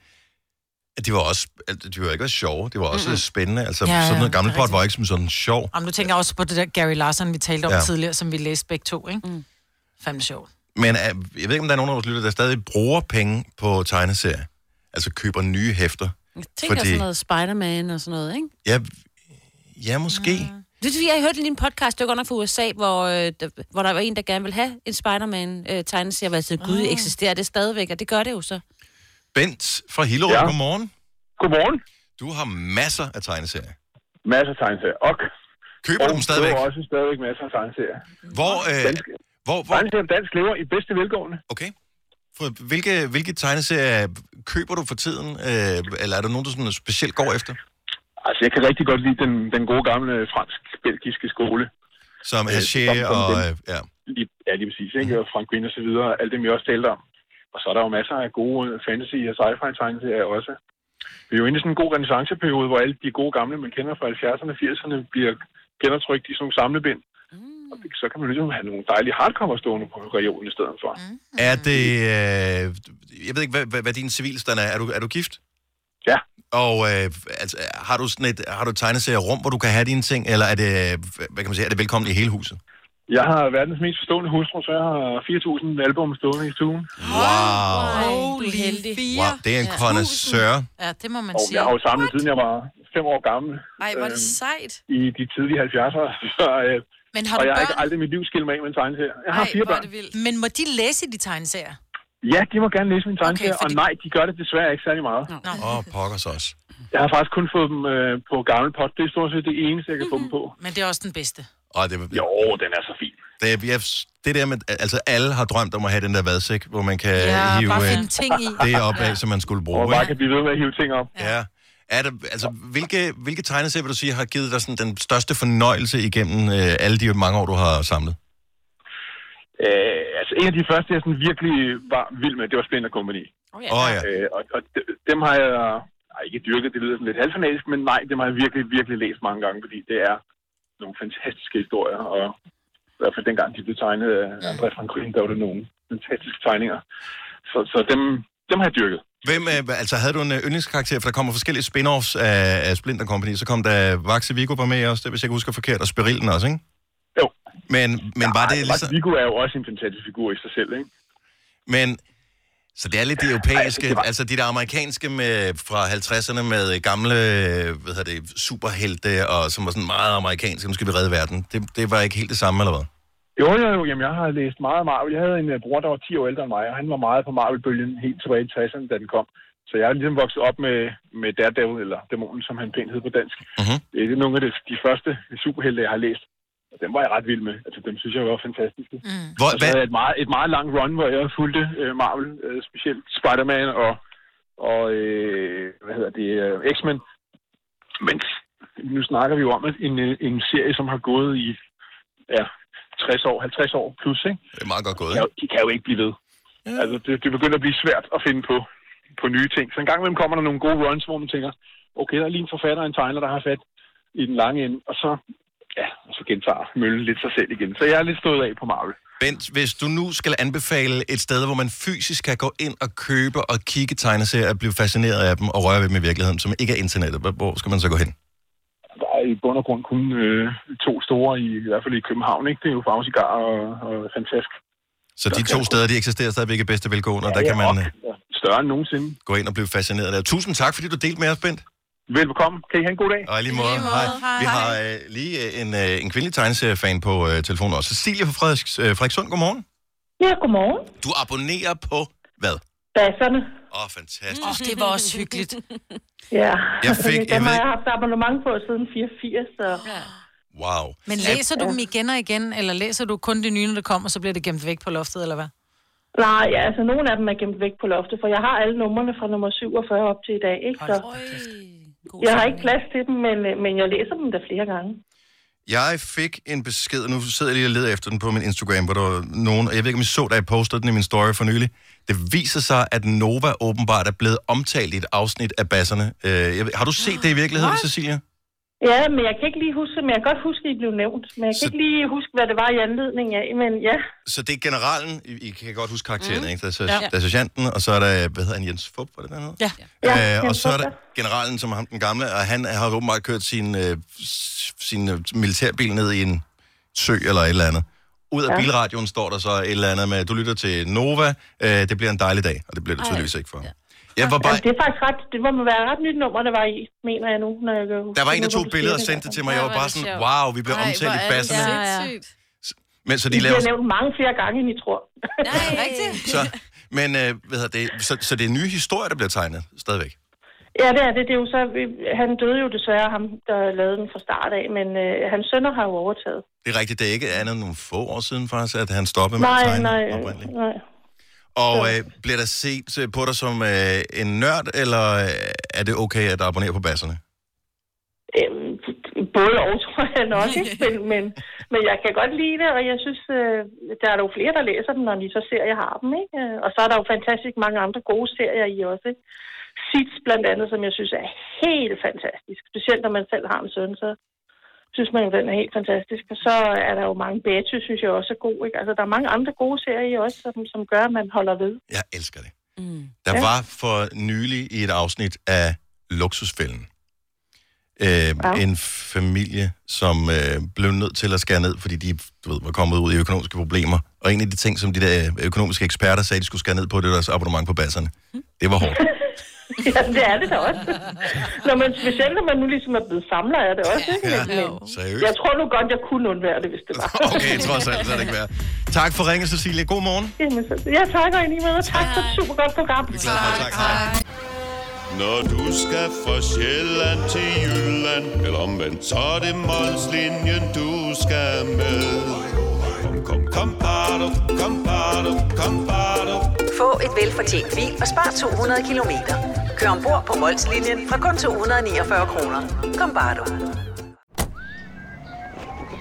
A: det var også... altså, Det var ikke også sjove. Det var også
C: Mm-mm.
A: mm-hmm. spændende. Altså,
C: Ja,
A: ja,
C: ja,
A: ja, sådan noget
C: det er
A: gammelt pot
C: rigtigt.
A: var ikke som sådan sjov.
C: Jamen, du tænker også på det der Gary Larson, vi talte om
A: Ja.
C: ja. tidligere, som vi læste begge to, ikke? Mm. Fandme sjovt.
A: Men øh, jeg ved ikke, om der er nogen af vores lytter, der stadig bruger penge på tegneserier. Altså køber nye hæfter.
D: Jeg tænker
A: Fordi-
D: sådan noget Spider-Man og sådan noget, ikke?
A: Ja, ja måske. Mm.
D: Det er fordi, jeg hørte lige en podcast, det var godt nok fra USA, hvor, øh, der, hvor der var en, der gerne ville have en Spider-Man-tegneserie, øh, hvor jeg sagde, gud, eksisterer det stadigvæk? Og det gør det jo så.
A: Bent fra Hillerød, ja.
O: Ja.
A: godmorgen.
O: Godmorgen.
A: Du har masser af tegneserier.
O: Masser af tegneserier. Og
A: Køber
O: og
A: du dem stadigvæk?
O: køber også stadigvæk masser af tegneserier.
A: Hvor, øh,
O: dansk,
A: hvor, hvor...
O: Tegneserier om dansk lever i bedste velgående.
A: Okay. For hvilke, hvilke tegneserier køber du for tiden? Øh, eller er der nogen, du sådan specielt går efter?
O: Altså, jeg kan rigtig godt lide den, den gode gamle fransk-belgiske skole.
A: Som Haché og... Øh, ja. Mhm.
O: Lige, ja, lige præcis. Ikke? Og Frank Green og så videre. Alt det, vi også talte om. Og så er der jo masser af gode øh, fantasy og sci-fi tegneserier også. Vi er jo inde i sådan en god renaissanceperiode, hvor alle de gode gamle, man kender fra 70'erne og 80'erne, bliver genoptrykt i sådan nogle samlebind.
A: Mm.
O: Og det- så kan man ligesom have nogle dejlige hardcover stående på regionen i stedet for.
A: Mm. Er det... Øh, jeg ved ikke, hvad, hvad, hvad din civilstand er. Er du, er du gift?
O: Ja.
A: Og øh, altså, har du sådan et, har du et tegneserierum, hvor du kan have dine ting, eller er det, hvad kan man sige, er det velkommen i hele huset?
O: Jeg har verdens mest forstående hustru, så jeg har 4.000 album stående i stuen.
A: Wow.
C: Holy fire.
A: Wow, det er en connoisseur.
C: Ja, det må man
O: Og
C: sige.
O: jeg har jo samlet, siden jeg var fem år gammel.
B: Ej, hvor er det
O: øhm,
B: sejt.
O: I de tidlige 70'ere. [laughs] Så, øh,
C: Men har
O: og
C: du
O: jeg har
C: børn?
O: ikke aldrig i mit liv skilt mig af med en tegneserie. Jeg har
C: Ej,
O: fire
C: hvor er
O: børn.
C: det vildt. Men må de læse de tegneserier?
O: Ja, de må gerne læse min tegneserie, okay,
C: fordi-
O: og nej, de gør det desværre ikke særlig meget.
A: Åh, oh, pokkers også.
O: Jeg har faktisk kun fået dem øh, på gammel pot. Det er stort set det eneste, jeg kan
C: Mhm.
O: få dem på.
C: Men det er også den bedste.
A: Og det,
O: jo, den er så fin.
A: Det, jeg, det der med, altså alle har drømt om at have den der vadsæk, hvor man kan
O: Ja,
A: hive
O: bare
A: øh,
O: finde ting i.
A: det op af, som man skulle bruge.
O: Og bare
A: ikke?
O: kan blive ved med at hive ting op.
A: Ja. Er der, altså, hvilke, hvilke tegneserier vil du sige har givet dig sådan, den største fornøjelse igennem øh, alle de mange år, du har samlet?
O: Øh, altså, en af de første, jeg sådan virkelig var vild med, det var Splinter Company.
A: Åh oh, ja. Oh, ja.
O: Øh, og og de, dem har jeg ej, ikke dyrket, det lyder sådan lidt halvfanatisk, men nej, dem har jeg virkelig, virkelig læst mange gange, fordi det er nogle fantastiske historier, og i hvert fald dengang de blev tegnet af André Franklin, der var det nogle fantastiske tegninger. Så, så dem, dem har jeg dyrket.
A: Hvem, øh, altså havde du en øh, yndlingskarakter, for der kommer forskellige spin-offs af, af Splinter Company, så kom der Vaxe Vigo var med også, det, hvis jeg ikke husker forkert, og Spirilden også, ikke?
O: Jo.
A: Men, men var det
O: Ej,
A: ligesom...
O: Vigo er jo også en fantastisk figur i sig selv, ikke?
A: Men, så det er lidt det europæiske, Ej, altså de der amerikanske med, fra 50'erne med gamle øh, hvad hedder det, superhelte, og som var sådan meget amerikanske, nu skal vi redde verden. Det, det var ikke helt det samme, eller hvad?
O: Jo, jo, jo. Jamen, jeg har læst meget af Marvel. Jeg havde en øh, bror, der var 10 år ældre end mig, og han var meget på Marvel-bølgen helt tilbage i 60'erne, da den kom. Så jeg er ligesom vokset op med, med Daredevil, eller Dæmonen, som han pænt hed på dansk.
A: Uh-huh.
O: Det er nogle af de, de første superhelte, jeg har læst. Og dem var jeg ret vild med. Altså, dem synes jeg var fantastiske. Mm.
A: Hvor,
O: og så havde jeg et meget, et meget langt run, hvor jeg fulgte øh, Marvel, øh, specielt Spider-Man og, og øh, hvad hedder det, øh, X-Men. Men nu snakker vi jo om at en, øh, en serie, som har gået i ja, 60 år, 50 år plus, ikke?
A: Det er meget godt gået,
O: De kan jo, de kan jo ikke blive ved. Ja. Altså, det, det begynder at blive svært at finde på, på nye ting. Så en gang imellem kommer der nogle gode runs, hvor man tænker, okay, der er lige en forfatter og en tegner, der har fat i den lange ende, og så, ja, og så gentager møllen lidt sig selv igen. Så jeg er lidt stået af på Marvel.
A: Bent, hvis du nu skal anbefale et sted, hvor man fysisk kan gå ind og købe og kigge tegneserier, og blive fascineret af dem og røre ved dem i virkeligheden, som ikke er internettet, hvor- hvor skal man så gå hen?
O: Der er i bund og grund kun øh, to store, i, i hvert fald i København, ikke? Det er jo Farve Cigar og, og Fantask.
A: Så de to steder, de eksisterer stadigvæk i bedste velgående, og der kan man øh,
O: Større end nogensinde.
A: gå ind og blive fascineret af. Tusind tak, fordi du delte med os, Bent.
O: Velbekomme. Kan I have en god dag?
A: Og i lige måde. Hej. Vi har øh, lige øh, en, øh, en kvindelig tegneseriefan på øh, telefonen også. Cecilia fra Frederiks, øh, Frederikssund, godmorgen.
P: Ja, godmorgen.
A: Du abonnerer på hvad?
P: Basserne.
A: Åh, oh, fantastisk.
C: Åh, oh, det var også hyggeligt.
P: Ja.
A: Jeg fik-
P: [laughs] Dem
A: jeg ved
P: har jeg
A: ikke-
P: haft abonnement på siden 84, så... Ja.
A: Wow.
C: Men læser du dem igen og igen, eller læser du kun det nye, når det kommer, så bliver det gemt væk på loftet, eller hvad?
P: Nej, ja, altså nogle af dem er gemt væk på loftet, for jeg har alle numrene fra nummer 47 op til i dag, ikke? Så jeg har ikke plads til dem, men, men jeg læser dem da flere gange.
A: Jeg fik en besked, nu sidder jeg lige og leder efter den på min Instagram, hvor der var nogen, og jeg ved ikke, om I så, da jeg postede den i min story for nylig. Det viser sig, at Nova åbenbart er blevet omtalt i et afsnit af basserne. Øh, jeg, ved- har du set det i virkeligheden,
P: What?
A: Cecilia?
P: Ja, men jeg kan ikke lige huske, men jeg kan godt huske, at I blev nævnt. Men jeg kan
A: Så-
P: ikke lige huske, hvad det var i anledning af, men ja.
A: Så det er generalen, I, I kan godt huske karakteren, mm. ikke? Der er, så,
P: Ja.
A: ja. der er sergeanten, og så er der, hvad hedder han, Jens Fup, var det der noget?
C: Ja.
P: Ja,
A: Øh, og
P: Jens
A: så er
P: Fup,
A: der generalen, som er ham den gamle, og han har åbenbart kørt sin, øh, s- sin øh, militærbil ned i en sø eller et eller andet. Ud af ja.
P: Ja.
A: bilradioen står der så et eller andet med, du lytter til Nova, øh, det bliver en dejlig dag, og det bliver det tydeligvis ikke for ham. Ja. Jeg var bare,
P: Jamen, det er faktisk ret, det må være ret nyt nummer, det var i, mener jeg nu, når jeg kan huske
A: der var en,
P: nu,
A: der
P: hvor
A: tog
P: du siger
A: billeder og
P: det.
A: sendte det til mig, jeg
P: Ej,
A: var
P: hvor er
A: bare sådan,
P: det sjovt.
A: wow, vi bliver
P: Ej,
A: omtalt
P: hvor
A: i
P: er det
A: bassen.
P: sindssygt.
A: Men så
P: I
A: de laver...
P: bliver nævnt mange flere gange, end I tror. Nej, rigtigt.
A: Så, men øh, hvad hedder det, så, så det er nye historier, der bliver tegnet stadigvæk.
P: Ja, det er det. det er jo så, han døde jo desværre, ham der lavede den fra start af, men øh, hans sønner har jo overtaget.
A: Det er rigtigt, det er ikke andet end nogle få år siden faktisk, at han stoppede med at
P: Nej,
A: tegne.
P: nej,
A: oprindeligt.
P: nej.
A: Og øh, bliver der set øh, på dig som øh, en nørd, eller øh, er det okay at abonnere på basserne?
P: Øhm, både og, [laughs] tror jeg nok, ikke? Men, men, men jeg kan godt lide det, og jeg synes, øh, der er jo flere, der læser dem, når de så ser, jeg har dem, ikke? Øh, Og så er der jo fantastisk mange andre gode serier i også, ikke? Sits blandt andet, som jeg synes er helt fantastisk. Specielt når man selv har en søn, så synes man jo, den er helt fantastisk. Og så er der jo mange Betty, synes jeg også er god, ikke? Altså, der er mange andre gode serier i også, som, som gør, at man holder ved.
A: Jeg elsker det.
P: Mm.
A: Der ja. var for nylig i et afsnit af Luksusfælden øh, ja. en familie, som øh, blev nødt til at skære ned, fordi de du ved, var kommet ud i økonomiske problemer. Og en af de ting, som de der øh, økonomiske eksperter sagde, de skulle skære ned på, det var deres abonnement på basserne. Det var hårdt. [laughs]
P: Ja, det er det da også. Når man, specielt når man nu ligesom er blevet samler, er det også, ikke? Men- men
A: Seriøst?
P: Jeg tror nu godt, jeg kunne undvære det, hvis det var.
A: [laughs] Okay, trods alt, så er det ikke værd. Tak for ringen, Cecilie. God morgen.
P: Jamen, så- Ja, tak og i lige måde. Tak for et super godt program.
A: Tak, tak.
Q: Når du skal fra Sjælland til Jylland, eller omvendt, så er det Molslinjen, du skal med. Kom, kom, kom, bado, kom, bado, kom, bado.
R: Få et velfortjent bil og spar 200 kilometer. Kør ombord på Molslinjen fra kun 249 kroner. Kom bare du.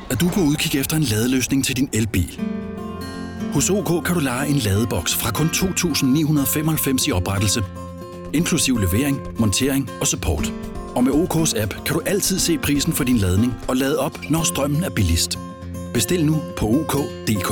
J: at du kan udkigge efter en ladeløsning til din elbil. Hos OK kan du lege en ladeboks fra kun 2.995 i oprettelse, inklusiv levering, montering og support. Og med OK's app kan du altid se prisen for din ladning og lade op, når strømmen er billigst. Bestil nu på OK.dk.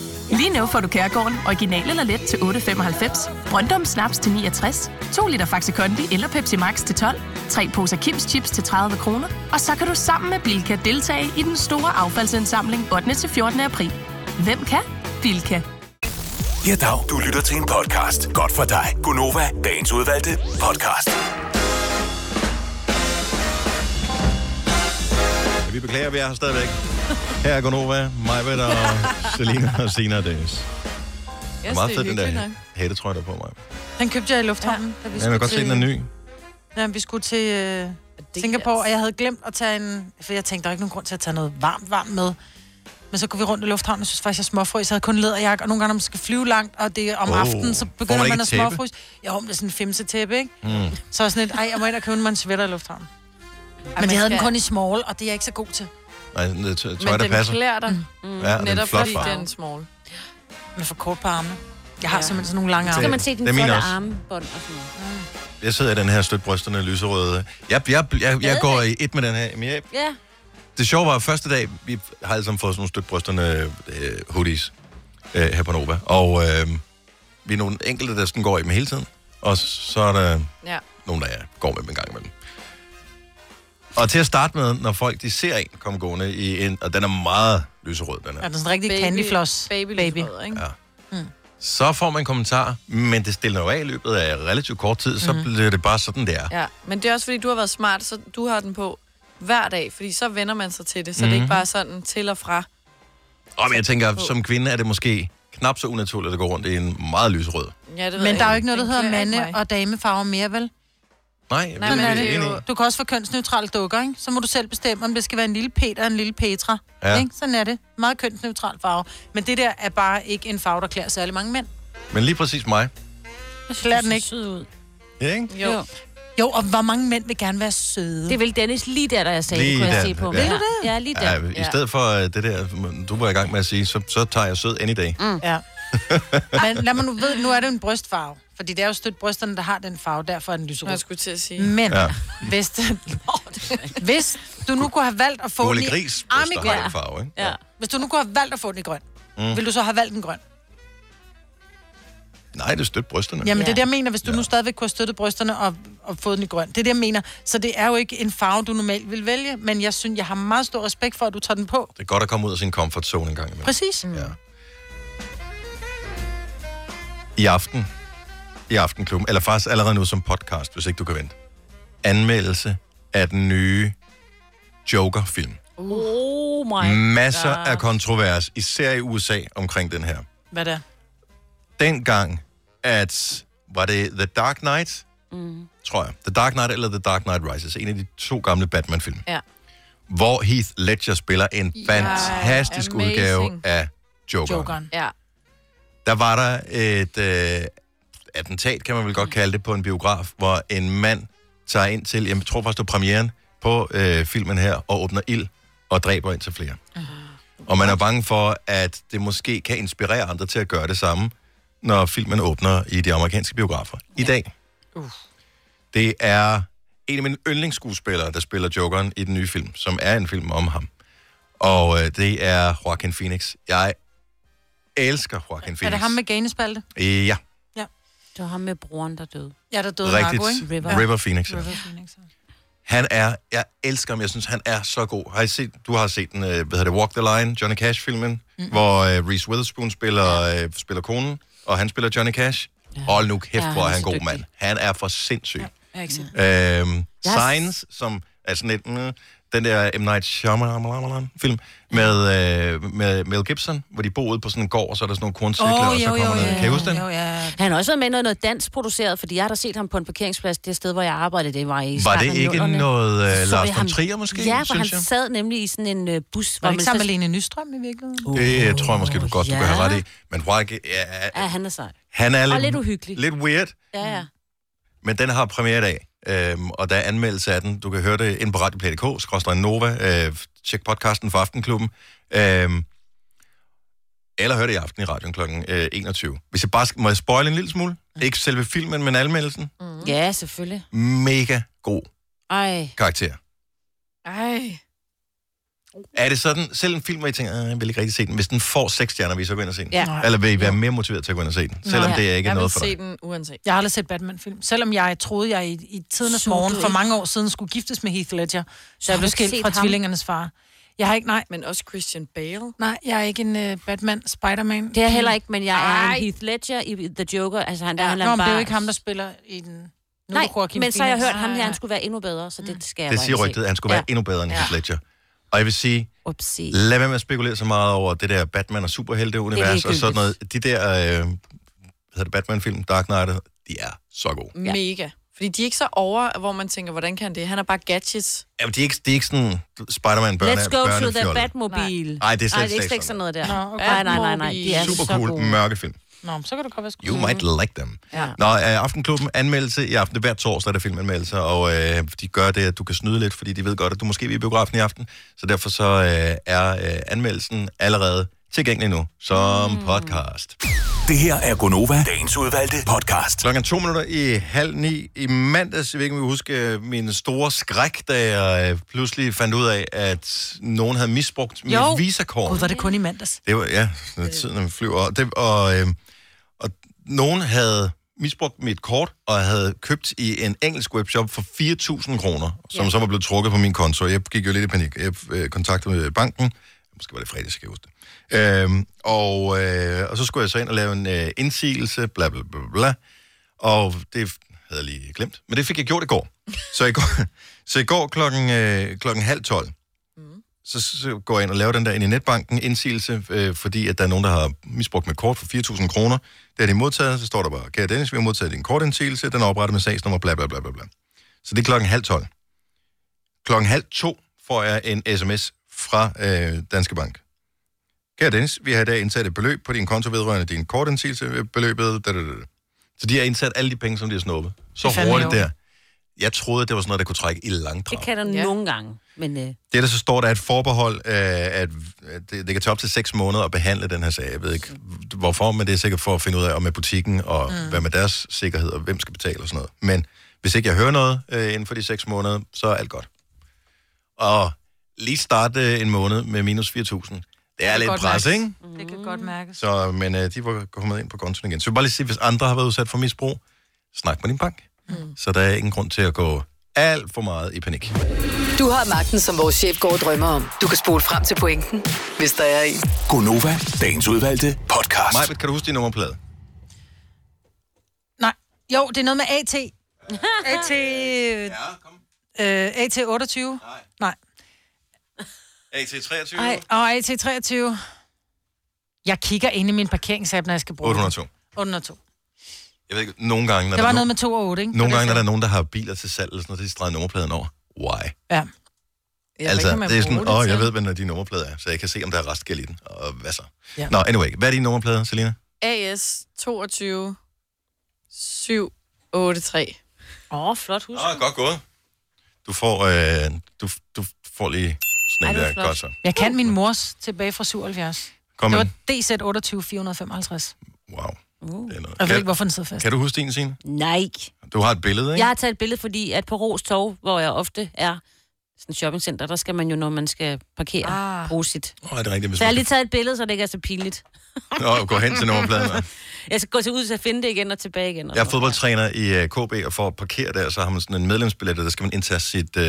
S: Lige nu får du Kærgården original eller let til 8.95, Brøndum Snaps til 69, 2 liter Faxi Kondi eller Pepsi Max til 12, tre poser Kims Chips til 30 kroner, og så kan du sammen med Bilka deltage i den store affaldsindsamling 8. til 14. april. Hvem kan? Bilka.
T: Ja, dag. Du lytter til en podcast. Godt for dig. Gunova, dagens udvalgte podcast.
A: Vi beklager, vi er her stadigvæk. Her er Gonova, Majbet og Selina og Sina og Dennis. Jeg er meget fed, den der hættetrøje, der er på mig.
C: Den købte jeg i lufthavnen. Ja, da vi
A: Ja, man kan godt se, den er ny.
C: Ja, vi skulle til øh, Singapore, og jeg havde glemt at tage en... For jeg tænkte, der er ikke nogen grund til at tage noget varmt, varmt med. Men så går vi rundt i lufthavnen, jeg synes faktisk, jeg småfrøs. Jeg havde kun læderjakke, og nogle gange, når man skal flyve langt, og det er om
A: Åh,
C: oh, aftenen, så
A: får man
C: begynder man,
A: ikke
C: man at
A: et tæppe?
C: småfryse. Jo, men det er sådan en femse tæppe, ikke?
A: Mm.
C: Så er jeg sådan lidt, ej, jeg må ind og købe mig en sweater i lufthavnen. Men de havde den kun i small, og det er jeg ikke så god til.
A: Nej, sådan noget Øh, tøj, der passer.
C: dig.
A: Mm. Ja, og den er
C: Netop
A: flot
C: fordi
A: farve.
C: den er small. Men for kort på armene. Jeg har ja. simpelthen sådan nogle lange
A: Så
C: arme.
A: kan man se den Det er min flotte også.
C: armbånd og sådan
A: Jeg sidder i den her støt brysterne lyserøde. Jeg, jeg, jeg, jeg går i et med den her. Men jeg,
D: Ja.
A: det sjove var, at første dag, vi har alle sammen fået sådan nogle støt brysterne øh, hoodies øh, her på Nova. Og øh, vi er nogle enkelte, der sådan går i dem hele tiden. Og så er der
B: Ja.
A: nogen, der går med dem en gang imellem. Og til at starte med, når folk de ser en komme gående i en, og den er meget lyserød, den her.
C: Er den sådan en rigtig candyfloss? Baby, baby. ikke?
A: Ja.
C: Mm.
A: Så får man kommentarer, men det stiller jo af i løbet af relativt kort tid, så
B: Mhm.
A: bliver det bare sådan, der.
B: Ja, men det er også fordi, du har været smart, så du har den på hver dag, fordi så vender man sig til det, så mm. det er
A: Mhm.
B: ikke bare sådan til og fra.
A: Og men jeg tænker, som kvinde er det måske knap så unaturligt at gå rundt i en meget lysrød.
B: Ja, det ved
C: Men
B: jeg
C: der er jo
B: ikke.
C: ikke noget, der
B: Den
C: hedder
B: klæder ikke
C: mande- og damefarver mere, vel?
A: Nej, jeg
C: Nej,
A: ved
C: men
A: ikke,
C: det
A: enig
C: er
A: i.
C: jo... Du kan også få kønsneutrale dukker, ikke? Så må du selv bestemme, om det skal være en lille Peter og en lille Petra.
A: Ja.
C: Ja. Ikke? Sådan er det. Meget kønsneutral farve. Men det der er bare ikke en farve, der klæder særlig mange mænd.
A: Men lige præcis mig.
C: Jeg klæder den ikke. Sød ud.
A: Ja, ikke?
C: Jo. Jo, og hvor mange mænd vil gerne være søde?
D: Det vil Dennis lige der, der jeg sagde,
A: Lige
D: lige kunne jeg
A: der,
D: se på.
A: ja. Vil du
D: det? Ja, lige der.
A: Ja, I stedet for øh, det der, du var i gang med at sige, så, så tager jeg sød any day.
C: Mm. Ja. [laughs] Men lad mig nu ved, nu er det en brystfarve. Fordi det er jo stødt brysterne, der har den farve, derfor er den lyserød.
B: Jeg skulle til at sige.
C: Men,
A: Ja.
C: ja. hvis, det, hvis du nu kunne have valgt at få
A: Ole
C: den i-
A: Gris
C: Ah,
A: bryster
C: men
A: har
C: grøn.
A: en farve, ikke?
C: Ja. Hvis du nu kunne have valgt at få den i grøn,
A: Mm.
C: mm. vil du så have valgt den grøn?
A: Nej, det støtter brysterne.
C: Jamen, det er det, jeg mener, hvis du ja. nu stadigvæk kunne have støttet brysterne og, og fået den i grøn. Det er det, jeg mener. Så det er jo ikke en farve, du normalt vil vælge, men jeg synes, jeg har meget stor respekt for, at du tager den på.
A: Det er godt at komme ud af sin comfort zone en gang imellem.
C: Præcis. Mm.
A: Ja. I aften, i Aftenklubben, eller faktisk allerede nu som podcast, hvis ikke du kan vente. Anmeldelse af den nye Joker-film.
D: Oh my
A: Masser
D: God.
A: af kontrovers, især i USA, omkring den her.
C: Hvad der?
A: dengang, at var det The Dark Knight,
D: Mm.
A: tror jeg. The Dark Knight eller The Dark Knight Rises. En af de to gamle Batman-film.
B: Ja.
A: Hvor Heath Ledger spiller en
B: Ja,
A: fantastisk
B: amazing.
A: udgave af Joker. Joker.
C: Jokeren.
B: Ja.
A: Der var der et øh, attentat, kan man vel godt kalde det, på en biograf, hvor en mand tager ind til, jeg tror faktisk det var premieren, på øh, filmen her, og åbner ild og dræber indtil flere. Og man er bange for, at det måske kan inspirere andre til at gøre det samme, når filmen åbner i de amerikanske biografer. I dag.
C: Uh.
A: Det er en af mine yndlingsskuespillere, der spiller Jokeren i den nye film, som er en film om ham. Og øh, det er Joaquin Phoenix. Jeg elsker Joaquin Phoenix.
C: Er det ham med ganespalte?
A: Øh, Ja,
D: Det var ham med broren, der døde.
C: Ja, der døde
A: rigtigt.
C: Marco, ikke?
A: River. River Phoenix. Ja.
C: River Phoenix.
A: Han er, jeg elsker ham, jeg synes, han er så god. Har I set, du har set den, øh, hvad hedder det, Walk the Line, Johnny Cash-filmen, mm. hvor øh, Reese Witherspoon spiller, øh, spiller konen, og han spiller Johnny Cash. Ja. Hold nu kæft,
D: Ja,
A: hvor er
D: han er
A: han
D: så
A: god
D: dygtig.
A: mand. Han er for sindssyg.
D: Jeg har ikke set
A: Ja. Øhm,
D: Jeg har-
A: Signs, som er sådan lidt, mm, den der M. Night Shyamalan-film, med, øh, med Mel Gibson, hvor de boede på sådan en gård, og så er der sådan nogle korncykler,
D: Åh,
A: oh, og så
D: jo,
A: kommer
D: jo,
A: noget.
D: jo,
A: Kan I huske den?
C: Jo, ja.
D: Han har også været med i noget, noget dansk produceret, fordi jeg har da set ham på en parkeringsplads, det sted, hvor jeg arbejdede, det var i
A: det
D: starten af
A: ikke
D: nullerne.
A: noget, øh,
D: Så så
A: Lars
D: vi
A: von
D: ham-
A: Trier måske,
D: Ja, for
A: synes
D: han
A: jeg?
D: sad nemlig i sådan en øh, bus.
C: Var det ikke sammen med Lene Nystrøm i virkeligheden?
A: Det øh, tror jeg måske, du godt, du kan have
D: ja.
A: ret i. Men Joaquin, ja,
D: Ja, han er sej.
A: han er
D: Og
A: lidt,
D: lidt uhyggelig.
A: Lidt weird,
D: Ja, ja.
A: Men den har premiere i dag, øhm, og der er anmeldelse af den. Du kan høre det ind på radioplay.dk, skråstrej Nova, øh, tjek podcasten for Aftenklubben. Øhm, eller hør det i aften i radioen kl. Øh, 21. Hvis jeg bare skal, må jeg spoil en lille smule? Ikke selve filmen, men anmeldelsen.
C: Mhm.
D: Mm. Ja, selvfølgelig.
A: Mega god
D: Ej,
A: karakter.
B: Ej.
A: Er det sådan, selv en film, hvor I tænker, "Ah, jeg vil ikke rigtig se den, hvis den får seks stjerner, vil I så gå ind og se den?
C: Ja.
A: Eller vil I være mere motiveret til at gå ind og se den? Selvom
C: Nej.
A: det er ikke er
C: Jeg vil
A: noget for
C: se
A: dig.
B: den uanset.
C: Jeg har aldrig set Batman-film. Selvom jeg troede, jeg i, i tidernes
B: Sugede
C: morgen for
B: ikke.
C: mange år siden skulle giftes med Heath Ledger, så
B: har
C: jeg
B: du
C: blev
B: ikke set
C: skilt fra
B: ham?
C: tvillingernes far. Jeg har ikke, nej.
B: Men også Christian Bale.
C: Nej, jeg er ikke en uh, Batman, Spider-Man.
D: Det er jeg heller ikke, men jeg er
C: Ej.
D: en Heath Ledger i The Joker. Altså, han, der,
C: Ja,
D: han
C: Nå,
D: er
C: men det
D: bare...
C: er jo ikke ham, der spiller i den... Mm. nu
D: Nej,
C: er Joaquin
D: men så har jeg
C: Phoenix.
D: hørt ham her,
C: Nej,
D: han skulle være endnu bedre, så det skal jeg
A: Det
D: bare
A: siger
D: ikke se.
A: rygtet, at han skulle være endnu bedre end Heath Ledger. Og jeg vil sige,
D: Upsi.
A: lad være med at spekulere så meget over det der Batman og superhelte-univers
D: Det er
A: og sådan noget. De der, øh, hvad hedder det, Batman-film, Dark Knight, de er så gode.
B: Ja. Mega. Fordi de er ikke så over, hvor man tænker, hvordan kan han det? Han er bare gadgets.
A: Jamen, de er ikke, de er ikke sådan Spider-Man børne,
D: Let's go to the
A: børnefjolle.
D: Batmobile.
A: Nej, det er
D: Nej,
A: slet,
D: det er
A: slet
D: ikke sådan noget der.
C: Nå, okay.
D: Nej, nej, nej, nej. De er
A: Super
D: så
A: cool,
D: gode. Mm-hmm.
A: mørke film.
C: Nå, men så kan du godt være sku...
A: Mm. You might like them.
C: Ja.
A: Nå, øh, Aftenklubben anmeldelse i aften. Hver torsdag er der filmanmeldelser, og øh, de gør det, at du kan snyde lidt, fordi de ved godt, at du måske vil i biografen i aften. Så derfor så øh, er øh, anmeldelsen allerede tilgængelig nu som mm. podcast.
G: Det her er Gonova, dagens udvalgte podcast.
A: Klokken er to minutter i halv ni i mandags. Jeg ved ikke, om I husker min store skræk, da jeg øh, pludselig fandt ud af, at nogen havde misbrugt mit
C: Jo.
A: visakort.
C: Gud, var det kun i mandags.
A: Det var, ja, sådan er tiden, når man flyver. Og, det, og, øh, og nogen havde misbrugt mit kort, og havde købt i en engelsk webshop for 4.000 kroner, som så var blevet trukket på min konto. Jeg gik jo lidt i panik. Jeg øh, kontaktede banken. Måske var det fredag, skal jeg huske det. Øhm, og, øh, og så skulle jeg så ind og lave en øh, indsigelse, bla bla bla bla. Og det havde jeg lige glemt. Men det fik jeg gjort i går. Så i går, så i går klokken, øh, klokken halv tolv,
D: Mm.
A: så, så går jeg ind og laver den der ind i netbanken indsigelse, øh, fordi at der er nogen, der har misbrugt mit kort for 4.000 kroner. Det har de modtaget, så står der bare, kære Dennis, vi har modtaget din kortindsigelse, den er oprettet med sagsnummer, bla bla bla bla bla. Så det er klokken halv tolv. Klokken halv to får jeg en sms fra øh, Danske Bank. Kære Dennis, vi har i dag indsat et beløb på din konto vedrørende din kortindsigelse, øh, beløbet, da, da, da. da. Så de har indsat alle de penge, som de har snuppet. Så
D: Det er fandme
A: hurtigt
D: jo.
A: der. Jeg troede, det var sådan noget, der kunne trække i langdrag.
D: Det kan der ja. nogle gange, men... Øh,
A: Det, der så står, der er et forbehold, øh, at at det, det kan tage op til 6 måneder at behandle den her sag. Jeg ved ikke hvorfor, men det er sikkert for at finde ud af, om med butikken, og mm.
G: Mm.
A: hvad med deres sikkerhed, og hvem skal betale og sådan noget. Men hvis ikke jeg hører noget øh, inden for de 6 måneder, så er alt godt. Og lige starte øh, en måned med minus 4.000, det er lidt pres, ikke?
C: Det kan godt mærkes.
A: Så, men øh, de var kommet ind på kontoen igen. Så jeg vil bare lige sige, hvis andre har været udsat for misbrug, snak med din bank. Mm. Så der er ingen grund til at gå alt for meget i panik.
F: Du har magten, som vores chef går og drømmer om. Du kan spole frem til pointen, hvis der er en.
G: Gonova, dagens udvalgte podcast.
A: Majbet, kan du huske din nummerplade?
C: Mm. Nej. Jo, det er noget med [laughs] AT. AT... Ja, kom. Øh, AT28? Nej. Nej.
A: AT23?
C: Ej, og AT23. Jeg kigger ind i min parkeringsapp, når jeg skal bruge
A: 802.
C: den. 802.
A: Jeg ved ikke, nogle gange, når
C: Det var
A: der,
C: noget med 2 og 8, ikke?
A: nogle
C: Var det
A: gange, når der er nogen, der har biler til salg, eller sådan noget, så de streger nummerpladen over. Why?
C: Ja.
A: altså, det er sådan, åh, oh, jeg ved, hvad din nummerplade er, så jeg kan se, om der er restgæld i den. Og hvad så? Ja.
B: Ja.
A: Nå, anyway, hvad er din nummerplade, Selina?
B: AS 22 783.
D: Åh, oh, flot hus.
A: Åh, oh, godt gået. Du får, øh, du, du får lige sådan en der. Godt så.
C: Jeg kan min mors tilbage fra 77.
A: Kom
C: det var
A: ind.
C: DZ28455.
A: Wow.
D: Uh.
A: Det er
C: Jeg
A: noget.
C: ved
A: Kan-
C: ikke, hvorfor den sidder fast.
A: Kan du huske din, Signe?
D: Nej.
A: Du har et billede, ikke?
D: Jeg har taget et billede, fordi at på Ros Torv, hvor jeg ofte er sådan et shoppingcenter, der skal man jo, når man skal parkere, ah. bruge sit.
A: Åh, oh, er det rigtigt? Hvis
D: Så jeg har
A: man...
D: lige taget et billede, så det ikke er så pinligt.
A: Nå, gå hen til nummerpladen. og-
D: Jeg skal gå til ud til at finde det igen og tilbage igen. Og
A: Jeg er
D: sådan noget.
A: fodboldtræner i uh, KB, og for at parkere der, så har man sådan en medlemsbillet, og der skal man indtage sit, uh,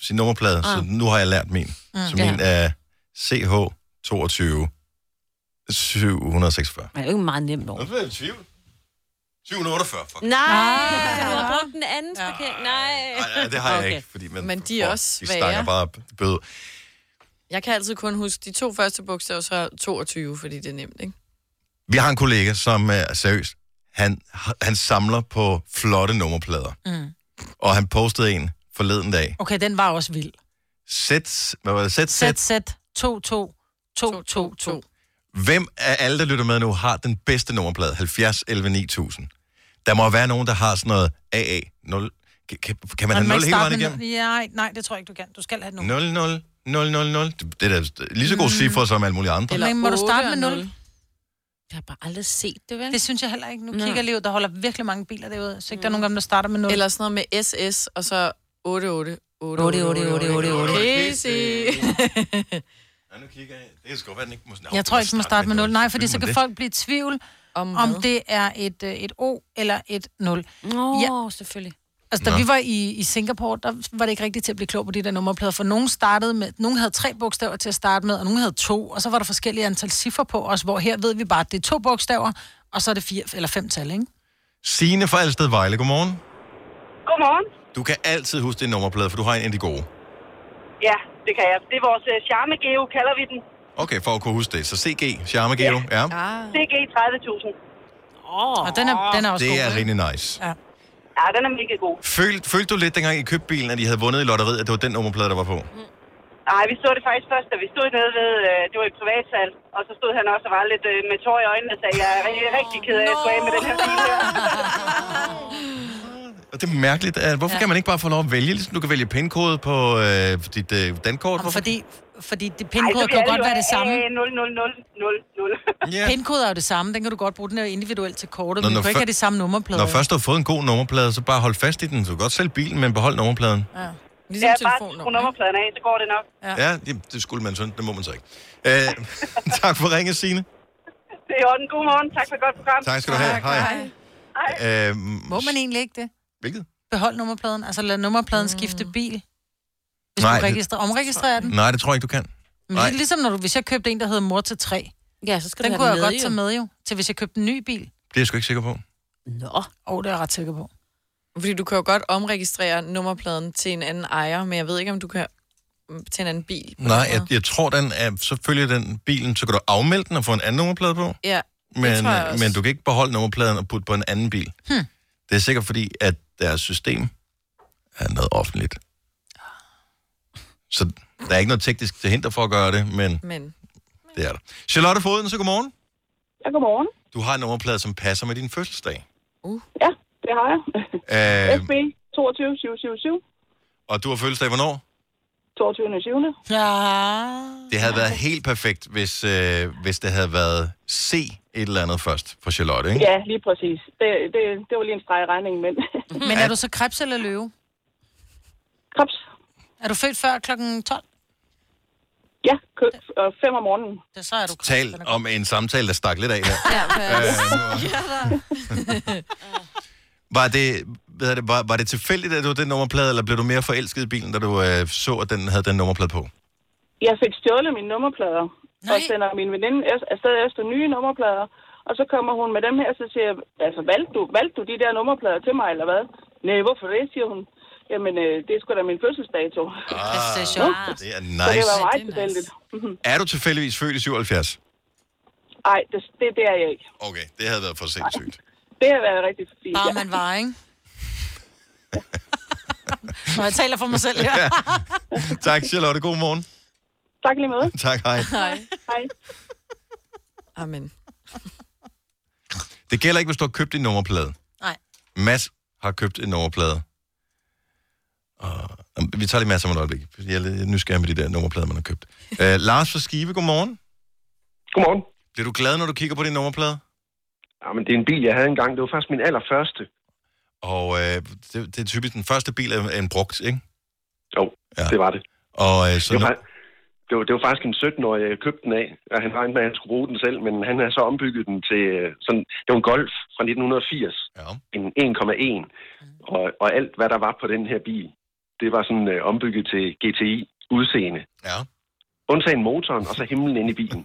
A: sin nummerplade. Ah. Så
D: Ah.
A: nu har jeg lært min. Mm.
D: Mm.
A: Så
D: Ja.
A: min er CH 22
D: [laughs]
A: 746.
D: Men Det er jo ikke meget nemt over.
A: Jeg er i tvivl. 748, fuck.
D: Nej, så Ah. du har brugt den anden ja. parkering. Nej.
A: Ja, det har jeg okay. ikke, fordi man,
B: Men de er også
A: de stanger
B: svære.
A: bare bøde.
B: Jeg kan altid kun huske de to første bogstaver, så 22, fordi det er nemt, ikke?
A: Vi har en kollega, som er seriøst. Han, han samler på flotte nummerplader,
C: Mm.
A: og han postede en forleden dag.
C: Okay, den var også vild.
A: Sæt, hvad var det? Sæt, sæt.
C: ZZ22222.
A: Hvem af alle, der lytter med nu, har den bedste nummerplade? 70 11 9000. Der må være nogen, der har sådan noget AA 0. Kan, kan kan man have 0 hele vejen igennem?
C: Nej, nej, det tror jeg ikke, du kan. Du skal have et nummer.
A: 0, 0, 0, 0, 0. Det det er da lige så gode mm. cifre som alle mulige andre.
C: Eller Men må du starte med 0?
D: Jeg har bare aldrig set det, vel?
C: Det synes jeg heller ikke. Nu
B: Nå.
C: kigger jeg lige ud, der holder virkelig mange biler derude. Så ikke der er nogen af dem, der starter med 0.
B: Eller sådan noget med SS, og så 8888. 8, 8, 8, 8, 8, 8. Easy.
A: Ja, nu kigger jeg. Det kan sgu godt være, den ikke må snakke.
C: Jeg tror ikke, man må starte med 0. Nej, fordi så kan
A: det.
C: folk blive i tvivl, om, om det er et, øh, et O eller et 0. Nå, ja. selvfølgelig. Altså, da
D: Nå.
C: vi var i, i Singapore, der var det ikke rigtigt til at blive klog på de der nummerplader, for nogen startede med, nogen havde tre bogstaver til at starte med, og nogen havde to, og så var der forskellige antal cifre på os, hvor her ved vi bare, at det er to bogstaver, og så er det fire eller fem tal, ikke?
A: Signe fra Alsted Vejle, godmorgen.
K: Godmorgen.
A: Du kan altid huske din nummerplade, for du har en af de gode.
K: Ja, det kan jeg. Det er vores øh, charmegeo, kalder vi den.
A: Okay, for at kunne huske det. Så CG, Charme Geo. Ja.
K: CG 30.000. Oh, Ah. og den er, den er
A: Det er rigtig nice.
K: Ja. ja, den er mega god.
A: Følte, følte du lidt, dengang I købte bilen, at I havde vundet i lotteriet, at det var den nummerplade, der var på?
K: Nej, vi så det faktisk først, da vi stod nede ved, øh, det var et privatsal, og så stod han også og var lidt øh, med tår i øjnene og sagde, jeg er rigtig- rigtig ked af, at jeg skulle af med den her bil. her."
A: Og det er mærkeligt. at- Hvorfor ja. kan man ikke bare få lov at vælge, ligesom du kan vælge pindkode på øh, dit øh, dankort? Hvorfor?
C: Fordi, fordi det
K: Ej, så
C: pindkode
K: vil
C: kan jo
K: alle
C: godt
K: jo
C: være det
K: have,
C: samme.
K: øh, 0, 0, 0, 0, 0.
A: [laughs] Ja.
C: Pindkode er jo det samme, den kan du godt bruge, den er jo individuelt til kortet,
A: Nå,
C: men
A: når
C: du kan
A: fø-
C: ikke have det samme nummerplade.
A: Når først du har fået en god nummerplade, så bare hold fast i den. Så du kan godt sælge bilen, men behold nummerpladen.
C: Ja.
K: Ligesom ja, bare skru nummerpladen af, så går det nok.
A: Ja, ja det, det skulle man sådan. Det må man så ikke. Øh, [laughs] tak for ringe, Signe.
K: Det er i orden. God morgen. Tak for et godt program.
A: Tak skal du have. Tak, Hej. hej. Øh,
C: Må man egentlig ikke det?
A: Hvilket?
C: Behold nummerpladen, altså lad nummerpladen
D: Mm.
C: skifte bil. Hvis
A: Nej,
C: Nej,
A: det-
C: du registrer, omregistrerer den.
A: nej, det tror jeg ikke, du kan.
C: Men
A: Nej.
C: det er ligesom når du, hvis jeg købte en, der hedder mor til tre. Ja, så
D: skal
C: den
D: du have
C: kunne
D: den
C: jeg
D: med,
C: godt
D: jo.
C: tage med jo, til hvis jeg købte en ny bil.
A: Det er jeg sgu ikke sikker på.
C: Nå. Åh, oh, det er jeg ret sikker på.
B: Fordi du kan jo godt omregistrere nummerpladen til en anden ejer, men jeg ved ikke, om du kan mm, til en anden bil.
A: Nej, jeg, jeg tror, den er, så følger den bilen, så kan du afmelde den og få en anden nummerplade på.
B: Ja, det
A: Men,
B: tror jeg også.
A: men du kan ikke beholde nummerpladen og putte på en anden bil.
B: Hmm.
A: Det er sikkert fordi, at deres system er noget offentligt. Så der er ikke noget teknisk til hinder for at gøre det, men
B: Men.
A: det er der. Charlotte Foden, så godmorgen.
P: Ja, godmorgen.
A: Du har en nummerplade, som passer med din fødselsdag.
C: Uh.
P: Ja, det har jeg.
A: Øh,
P: FB 22777,
A: og du har fødselsdag hvornår?
P: 22. 7.
C: Ja.
A: Det havde været helt perfekt, hvis, øh, hvis det havde været C et eller andet først for Charlotte, ikke?
P: Ja, lige præcis. Det, det, det var lige en streg i regningen, men...
C: Men er du så krebs eller løve?
P: Krebs.
C: Er du født før klokken 12?
P: Ja, kø- og fem om morgenen.
C: Ja, så er du
A: Tal om en samtale, der stak lidt af her.
C: [laughs]
A: Var det, hvad er det, var, var det tilfældigt, at det var den nummerplade, eller blev du mere forelsket i bilen, da du øh, så, at den havde den nummerplade på?
P: Jeg fik stjålet mine nummerplader, Nej. og sender min veninde es- afsted efter nye nummerplader. Og så kommer hun med dem her, så siger jeg, altså valgte du, valgte du de der nummerplader til mig, eller hvad? Nej, hvorfor det, siger hun. Jamen, øh, det er sgu da min fødselsdato.
A: Ah,
P: det er sjovt.
A: det er
P: Så det
A: nice.
P: var meget tilfældigt. [laughs] Mhm.
A: Er du tilfældigvis født i 77?
P: Ej, det, det, det er jeg ikke.
A: Okay, det havde været for
P: [laughs]
A: sindssygt.
P: Det har været rigtig fint.
C: Bare man var,
P: [laughs]
C: ikke? Nå, jeg taler for mig selv her.
A: Ja. tak, Charlotte. God morgen.
P: Tak lige med.
A: [laughs] Tak, hej.
B: Nej.
P: Hej.
B: Amen.
A: Det gælder ikke, hvis du har købt en nummerplade.
C: Nej.
A: Mads har købt en nummerplade. Og, Jamen, vi tager lige Mads om et øjeblik. Jeg er lidt nysgerrig med de der nummerplader, man har købt. Uh, Lars fra Skive, godmorgen.
U: Godmorgen.
A: Bliver du glad, når du kigger på din nummerplade?
U: Jamen, det er en bil, jeg havde engang. Det var faktisk min allerførste.
A: Og øh, det, det er typisk den første bil er en brugt, ikke?
U: Jo,
A: ja.
U: det var det.
A: Og øh, så
U: det,
A: nu,
U: var, det, var, det var faktisk en 17-årig, jeg købte den af. Og han regnede med, at han skulle bruge den selv, men han har så ombygget den til øh, sådan... Det var en Golf fra 1980.
A: Ja.
U: En 1,1. Og, og alt, hvad der var på den her bil, det var sådan øh, ombygget til GTI-udseende.
A: Ja.
U: Undtagen motoren, og så himlen inde i bilen.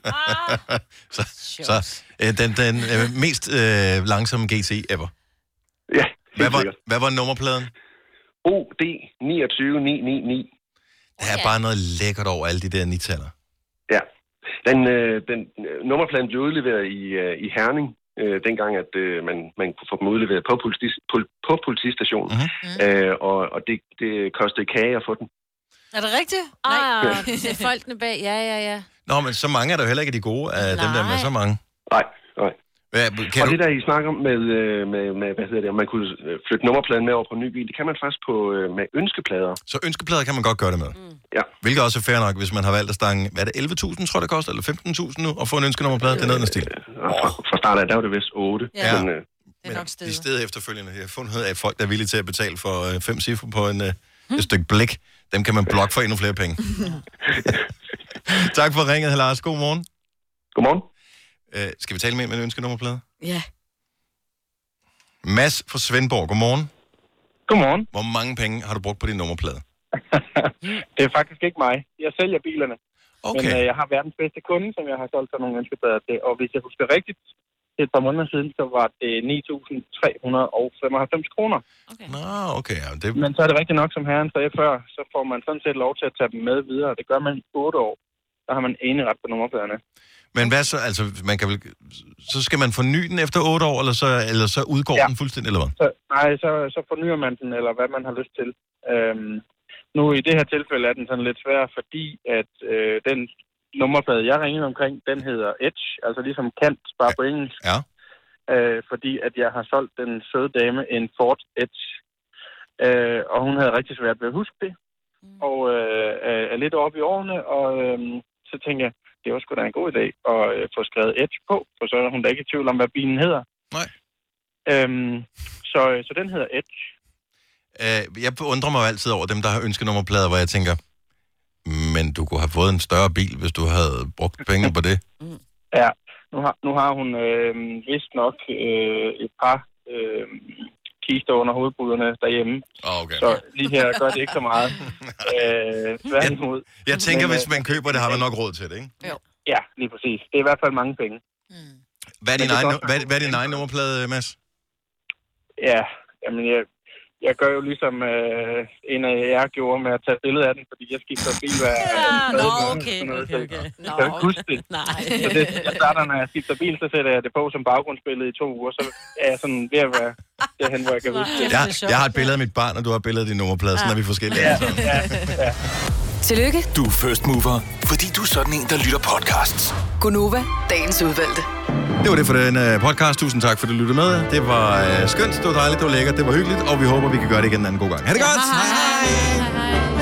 A: [laughs] så, så øh, den, den øh, mest øh, langsomme GT ever.
U: Ja,
A: hvad var, hvad var nummerpladen?
U: OD 29999.
A: Der er bare noget lækkert over alle de der nitaller.
U: Ja. Den, øh, den øh, nummerpladen blev udleveret i, øh, i Herning, øh, dengang at øh, man, man kunne få dem udleveret på, politi, pol, på
A: Mhm.
U: politistationen. Mm-hmm. Øh, og og det, det kostede kage at få den.
C: Er det rigtigt?
D: Ah, [laughs] det er folkene bag. Ja, ja, ja.
A: Nå, men så mange er der jo heller ikke de gode af dem der med så mange.
U: Nej, nej.
A: Hvad, kan
U: og
A: du...
U: det der, I snakker om med, øh, med, med, hvad hedder det, om man kunne øh, flytte nummerpladen med over på en ny bil, det kan man faktisk på, øh, med ønskeplader.
A: Så ønskeplader kan man godt gøre det med. Mm.
U: Ja.
A: Hvilket også er fair nok, hvis man har valgt at stange, hvad er det, 11.000 tror jeg, det koster, eller 15.000 nu, og få en ønskenummerplade, det er noget af den stil.
U: Og Øh, fra, fra start af, der var det vist 8.
A: Ja.
U: Men, øh,
A: Det er nok stedet. De steder efterfølgende, jeg har fundet ud af, at folk, der er villige til at betale for øh, fem cifre på en, øh, et stykke blik, Dem kan man blokke for endnu flere
U: [laughs]
A: penge. tak for ringet, hr. Lars. God morgen.
U: Godmorgen.
A: Øh, skal vi tale med en med en ønskenummerplade?
B: Ja.
A: Mads fra Svendborg, godmorgen.
I: Godmorgen.
A: Hvor mange penge har du brugt på din nummerplade?
I: [laughs] Det er faktisk ikke mig. Jeg sælger bilerne.
A: Okay.
I: Men øh, jeg har verdens bedste kunde, som jeg har solgt sådan nogle ønskeplader til. Og hvis jeg husker rigtigt, det er et par måneder siden, så var det 9.395 kroner.
A: Nå, okay. Ja, det...
I: Men så er det rigtigt nok, som herren sagde før, så får man sådan set lov til at tage dem med videre. Det gør man i 8 år. Der har man eneret på nummerpladerne.
A: Men hvad så, altså, man kan vel, så skal man forny den efter 8 år, eller så, eller så udgår ja. den fuldstændig, eller hvad?
I: Så, nej, så, så fornyer man den, eller hvad man har lyst til. Øhm, nu i det her tilfælde er den sådan lidt svær, fordi at øh, den nummerplade, jeg ringede omkring, den hedder Edge, altså ligesom kant, bare på engelsk.
A: Ja.
I: Øh, fordi at jeg har solgt den søde dame en Ford Edge, øh, og hun havde rigtig svært ved at huske det, mm. og øh, er- er lidt oppe i årene, og øh, så tænkte jeg, det var sgu da en god idé at øh, få skrevet Edge på, for så er hun da ikke i tvivl om, hvad bilen hedder.
A: Nej.
I: Øhm, så, så den hedder Edge.
A: Øh, jeg undrer mig jo altid over dem, der har ønskenummerplader, hvor jeg tænker, men du kunne have fået en større bil, hvis du havde brugt penge på det.
I: Ja, nu har, nu har hun øh, vist nok øh, et par øh, kister under hovedbuderne derhjemme.
A: Ah, Okay.
I: Så lige her gør det ikke så
A: [laughs]
I: meget. øh, tværtimod.
A: Jeg tænker,
I: Men,
A: hvis man køber det, har man nok råd til det, ikke?
I: øh, Ja, lige præcis. Det er i hvert fald mange penge.
A: Hvad er
I: Men
A: din,
I: det
A: egen,
I: koster-
A: hvad, hvad er din egen nummerplade, Mads?
I: Ja, jamen jeg, jeg gør jo ligesom øh, en af jer gjorde med at tage billeder af den, fordi jeg skifter bil hver... Ja,
D: nå, okay, okay, okay.
I: Jeg kan jo ikke huske det.
D: [laughs] Nej.
I: Så det, jeg starter, når jeg skifter bil, så sætter jeg det på som baggrundsbillede i to uger, så er jeg sådan ved at
D: [laughs]
I: være derhen, hvor jeg kan huske det.
A: Jeg, jeg har et billede af mit barn, og du har et billede af din nummerplade, sådan er vi forskellige. alle sammen.
F: Tillykke,
G: Du er first mover, fordi du er sådan en, der lytter podcasts.
F: Gunova, dagens udvalgte.
A: Det var det for den øh, podcast. Tusind tak, for at du lyttede med. Det var øh, skønt, det var dejligt, det var lækkert, det var hyggeligt, og vi håber, vi kan gøre det igen en anden god gang. Ha' det godt!
F: Hej hej. hej, hej.